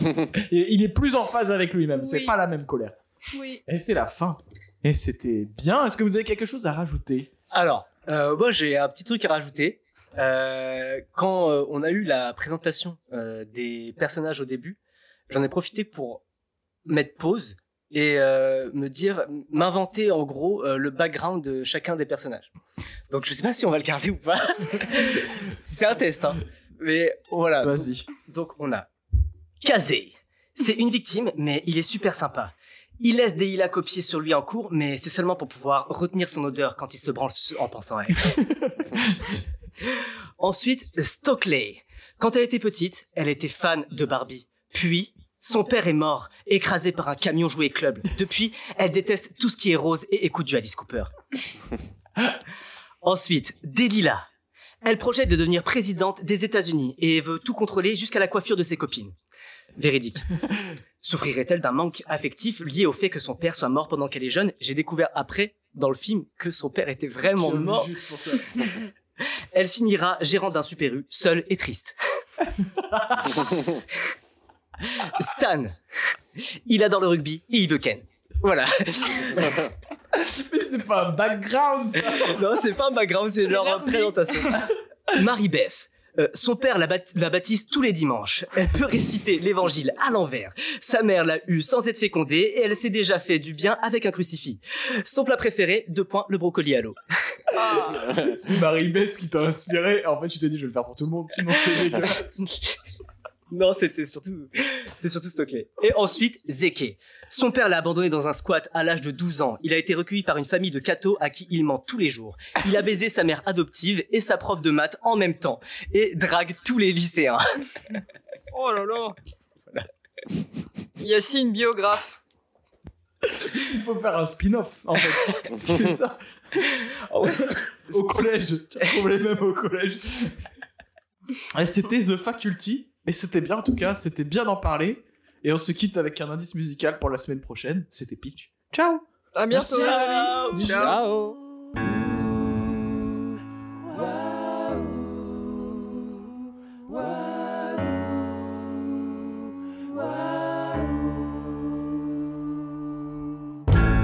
A: il il est plus en phase avec lui-même, c'est
B: Oui.
A: pas la même colère.
B: Oui.
A: Et c'est la fin. Et c'était bien. Est-ce que vous avez quelque chose à rajouter
C: Alors, euh, moi j'ai un petit truc à rajouter. Euh, quand euh, on a eu la présentation euh, des personnages au début, j'en ai profité pour mettre pause et euh, me dire, m'inventer en gros euh, le background de chacun des personnages. Donc je sais pas si on va le garder ou pas. C'est un test, hein. Mais voilà.
A: Vas-y.
C: Donc on a Kazé. C'est une victime, mais il est super sympa. Il laisse des hilas copier sur lui en cours, mais c'est seulement pour pouvoir retenir son odeur quand il se branle su- en pensant à elle. Ensuite, Stockley. Quand elle était petite, elle était fan de Barbie. Puis, son père est mort, écrasé par un camion jouet club. Depuis, elle déteste tout ce qui est rose et écoute du Alice Cooper. Ensuite, Delilah. Elle projette de devenir présidente des États-Unis et veut tout contrôler jusqu'à la coiffure de ses copines. Véridique. Souffrirait-elle d'un manque affectif lié au fait que son père soit mort pendant qu'elle est jeune J'ai découvert après, dans le film, que son père était vraiment mort. Elle finira gérant d'un super U, seule et triste. Stan, il adore le rugby et il veut Ken. Voilà.
A: Mais c'est pas un background, ça
C: Non, c'est pas un background, c'est genre une présentation. Marie-Beth. euh, son père la, bat- la baptise tous les dimanches. Elle peut réciter l'évangile à l'envers. Sa mère l'a eue sans être fécondée et elle s'est déjà fait du bien avec un crucifix. Son plat préféré, deux points, le brocoli à l'eau.
E: Ah,
A: C'est Marie-Bess qui t'a inspiré. En fait, tu t'es dit, je vais le faire pour tout le monde, sinon c'est dégueulasse.
C: non, c'était surtout, c'était surtout Stockley. Et ensuite, Zeke. Son père l'a abandonné dans un squat à l'âge de 12 ans. Il a été recueilli par une famille de cathos à qui il ment tous les jours. Il a baisé sa mère adoptive et sa prof de maths en même temps et drague tous les lycéens.
E: oh là là. Yacine, biographe.
A: Il faut faire un spin-off, en fait. c'est ça. Au collège. Tu retrouves les mêmes au collège. Et c'était The Faculty. Et c'était bien, en tout cas. C'était bien d'en parler. Et on se quitte avec un indice musical pour la semaine prochaine. C'était Pitch. Ciao
E: À bientôt,
A: Merci.
E: les amis. Ciao.
D: Ciao.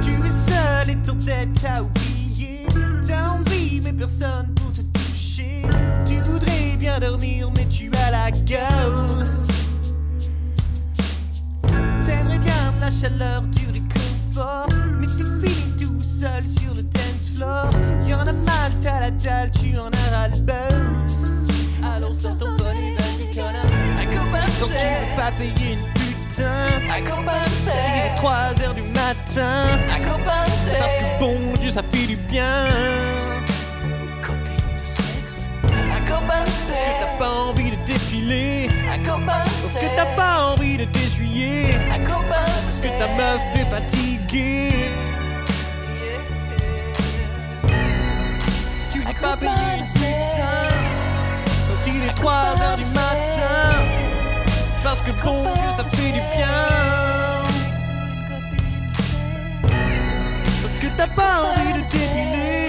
F: Tu es seul et ton tête a oublié. T'as envie, mais personne pour te toucher. Tu voudrais bien dormir, mais tu as la gueule. T'aimerais bien la chaleur du réconfort, mais tu finis tout seul sur le dance floor. Y'en a mal, t'as la dalle, tu en as ras-le-bol. Alors sors ton phone et vas-y, connard. Quand tu veux pas payer une putain. Sortir à 3 heures du matin. Parce que bon Dieu, ça fait du bien. Copine de sexe. Parce que t'as pas envie de défiler. Parce que t'as pas envie de t'essuyer. Parce que ta meuf est fatiguée. Tu veux pas payer une putain. Quand il est 3 heures du matin. Parce que bon Dieu, ça fait du bien. Parce que t'as pas envie de t'épiler.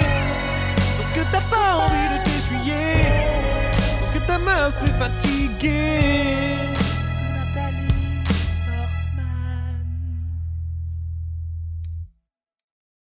F: Parce que t'as pas envie de t'essuyer. Parce que ta meuf est fatiguée.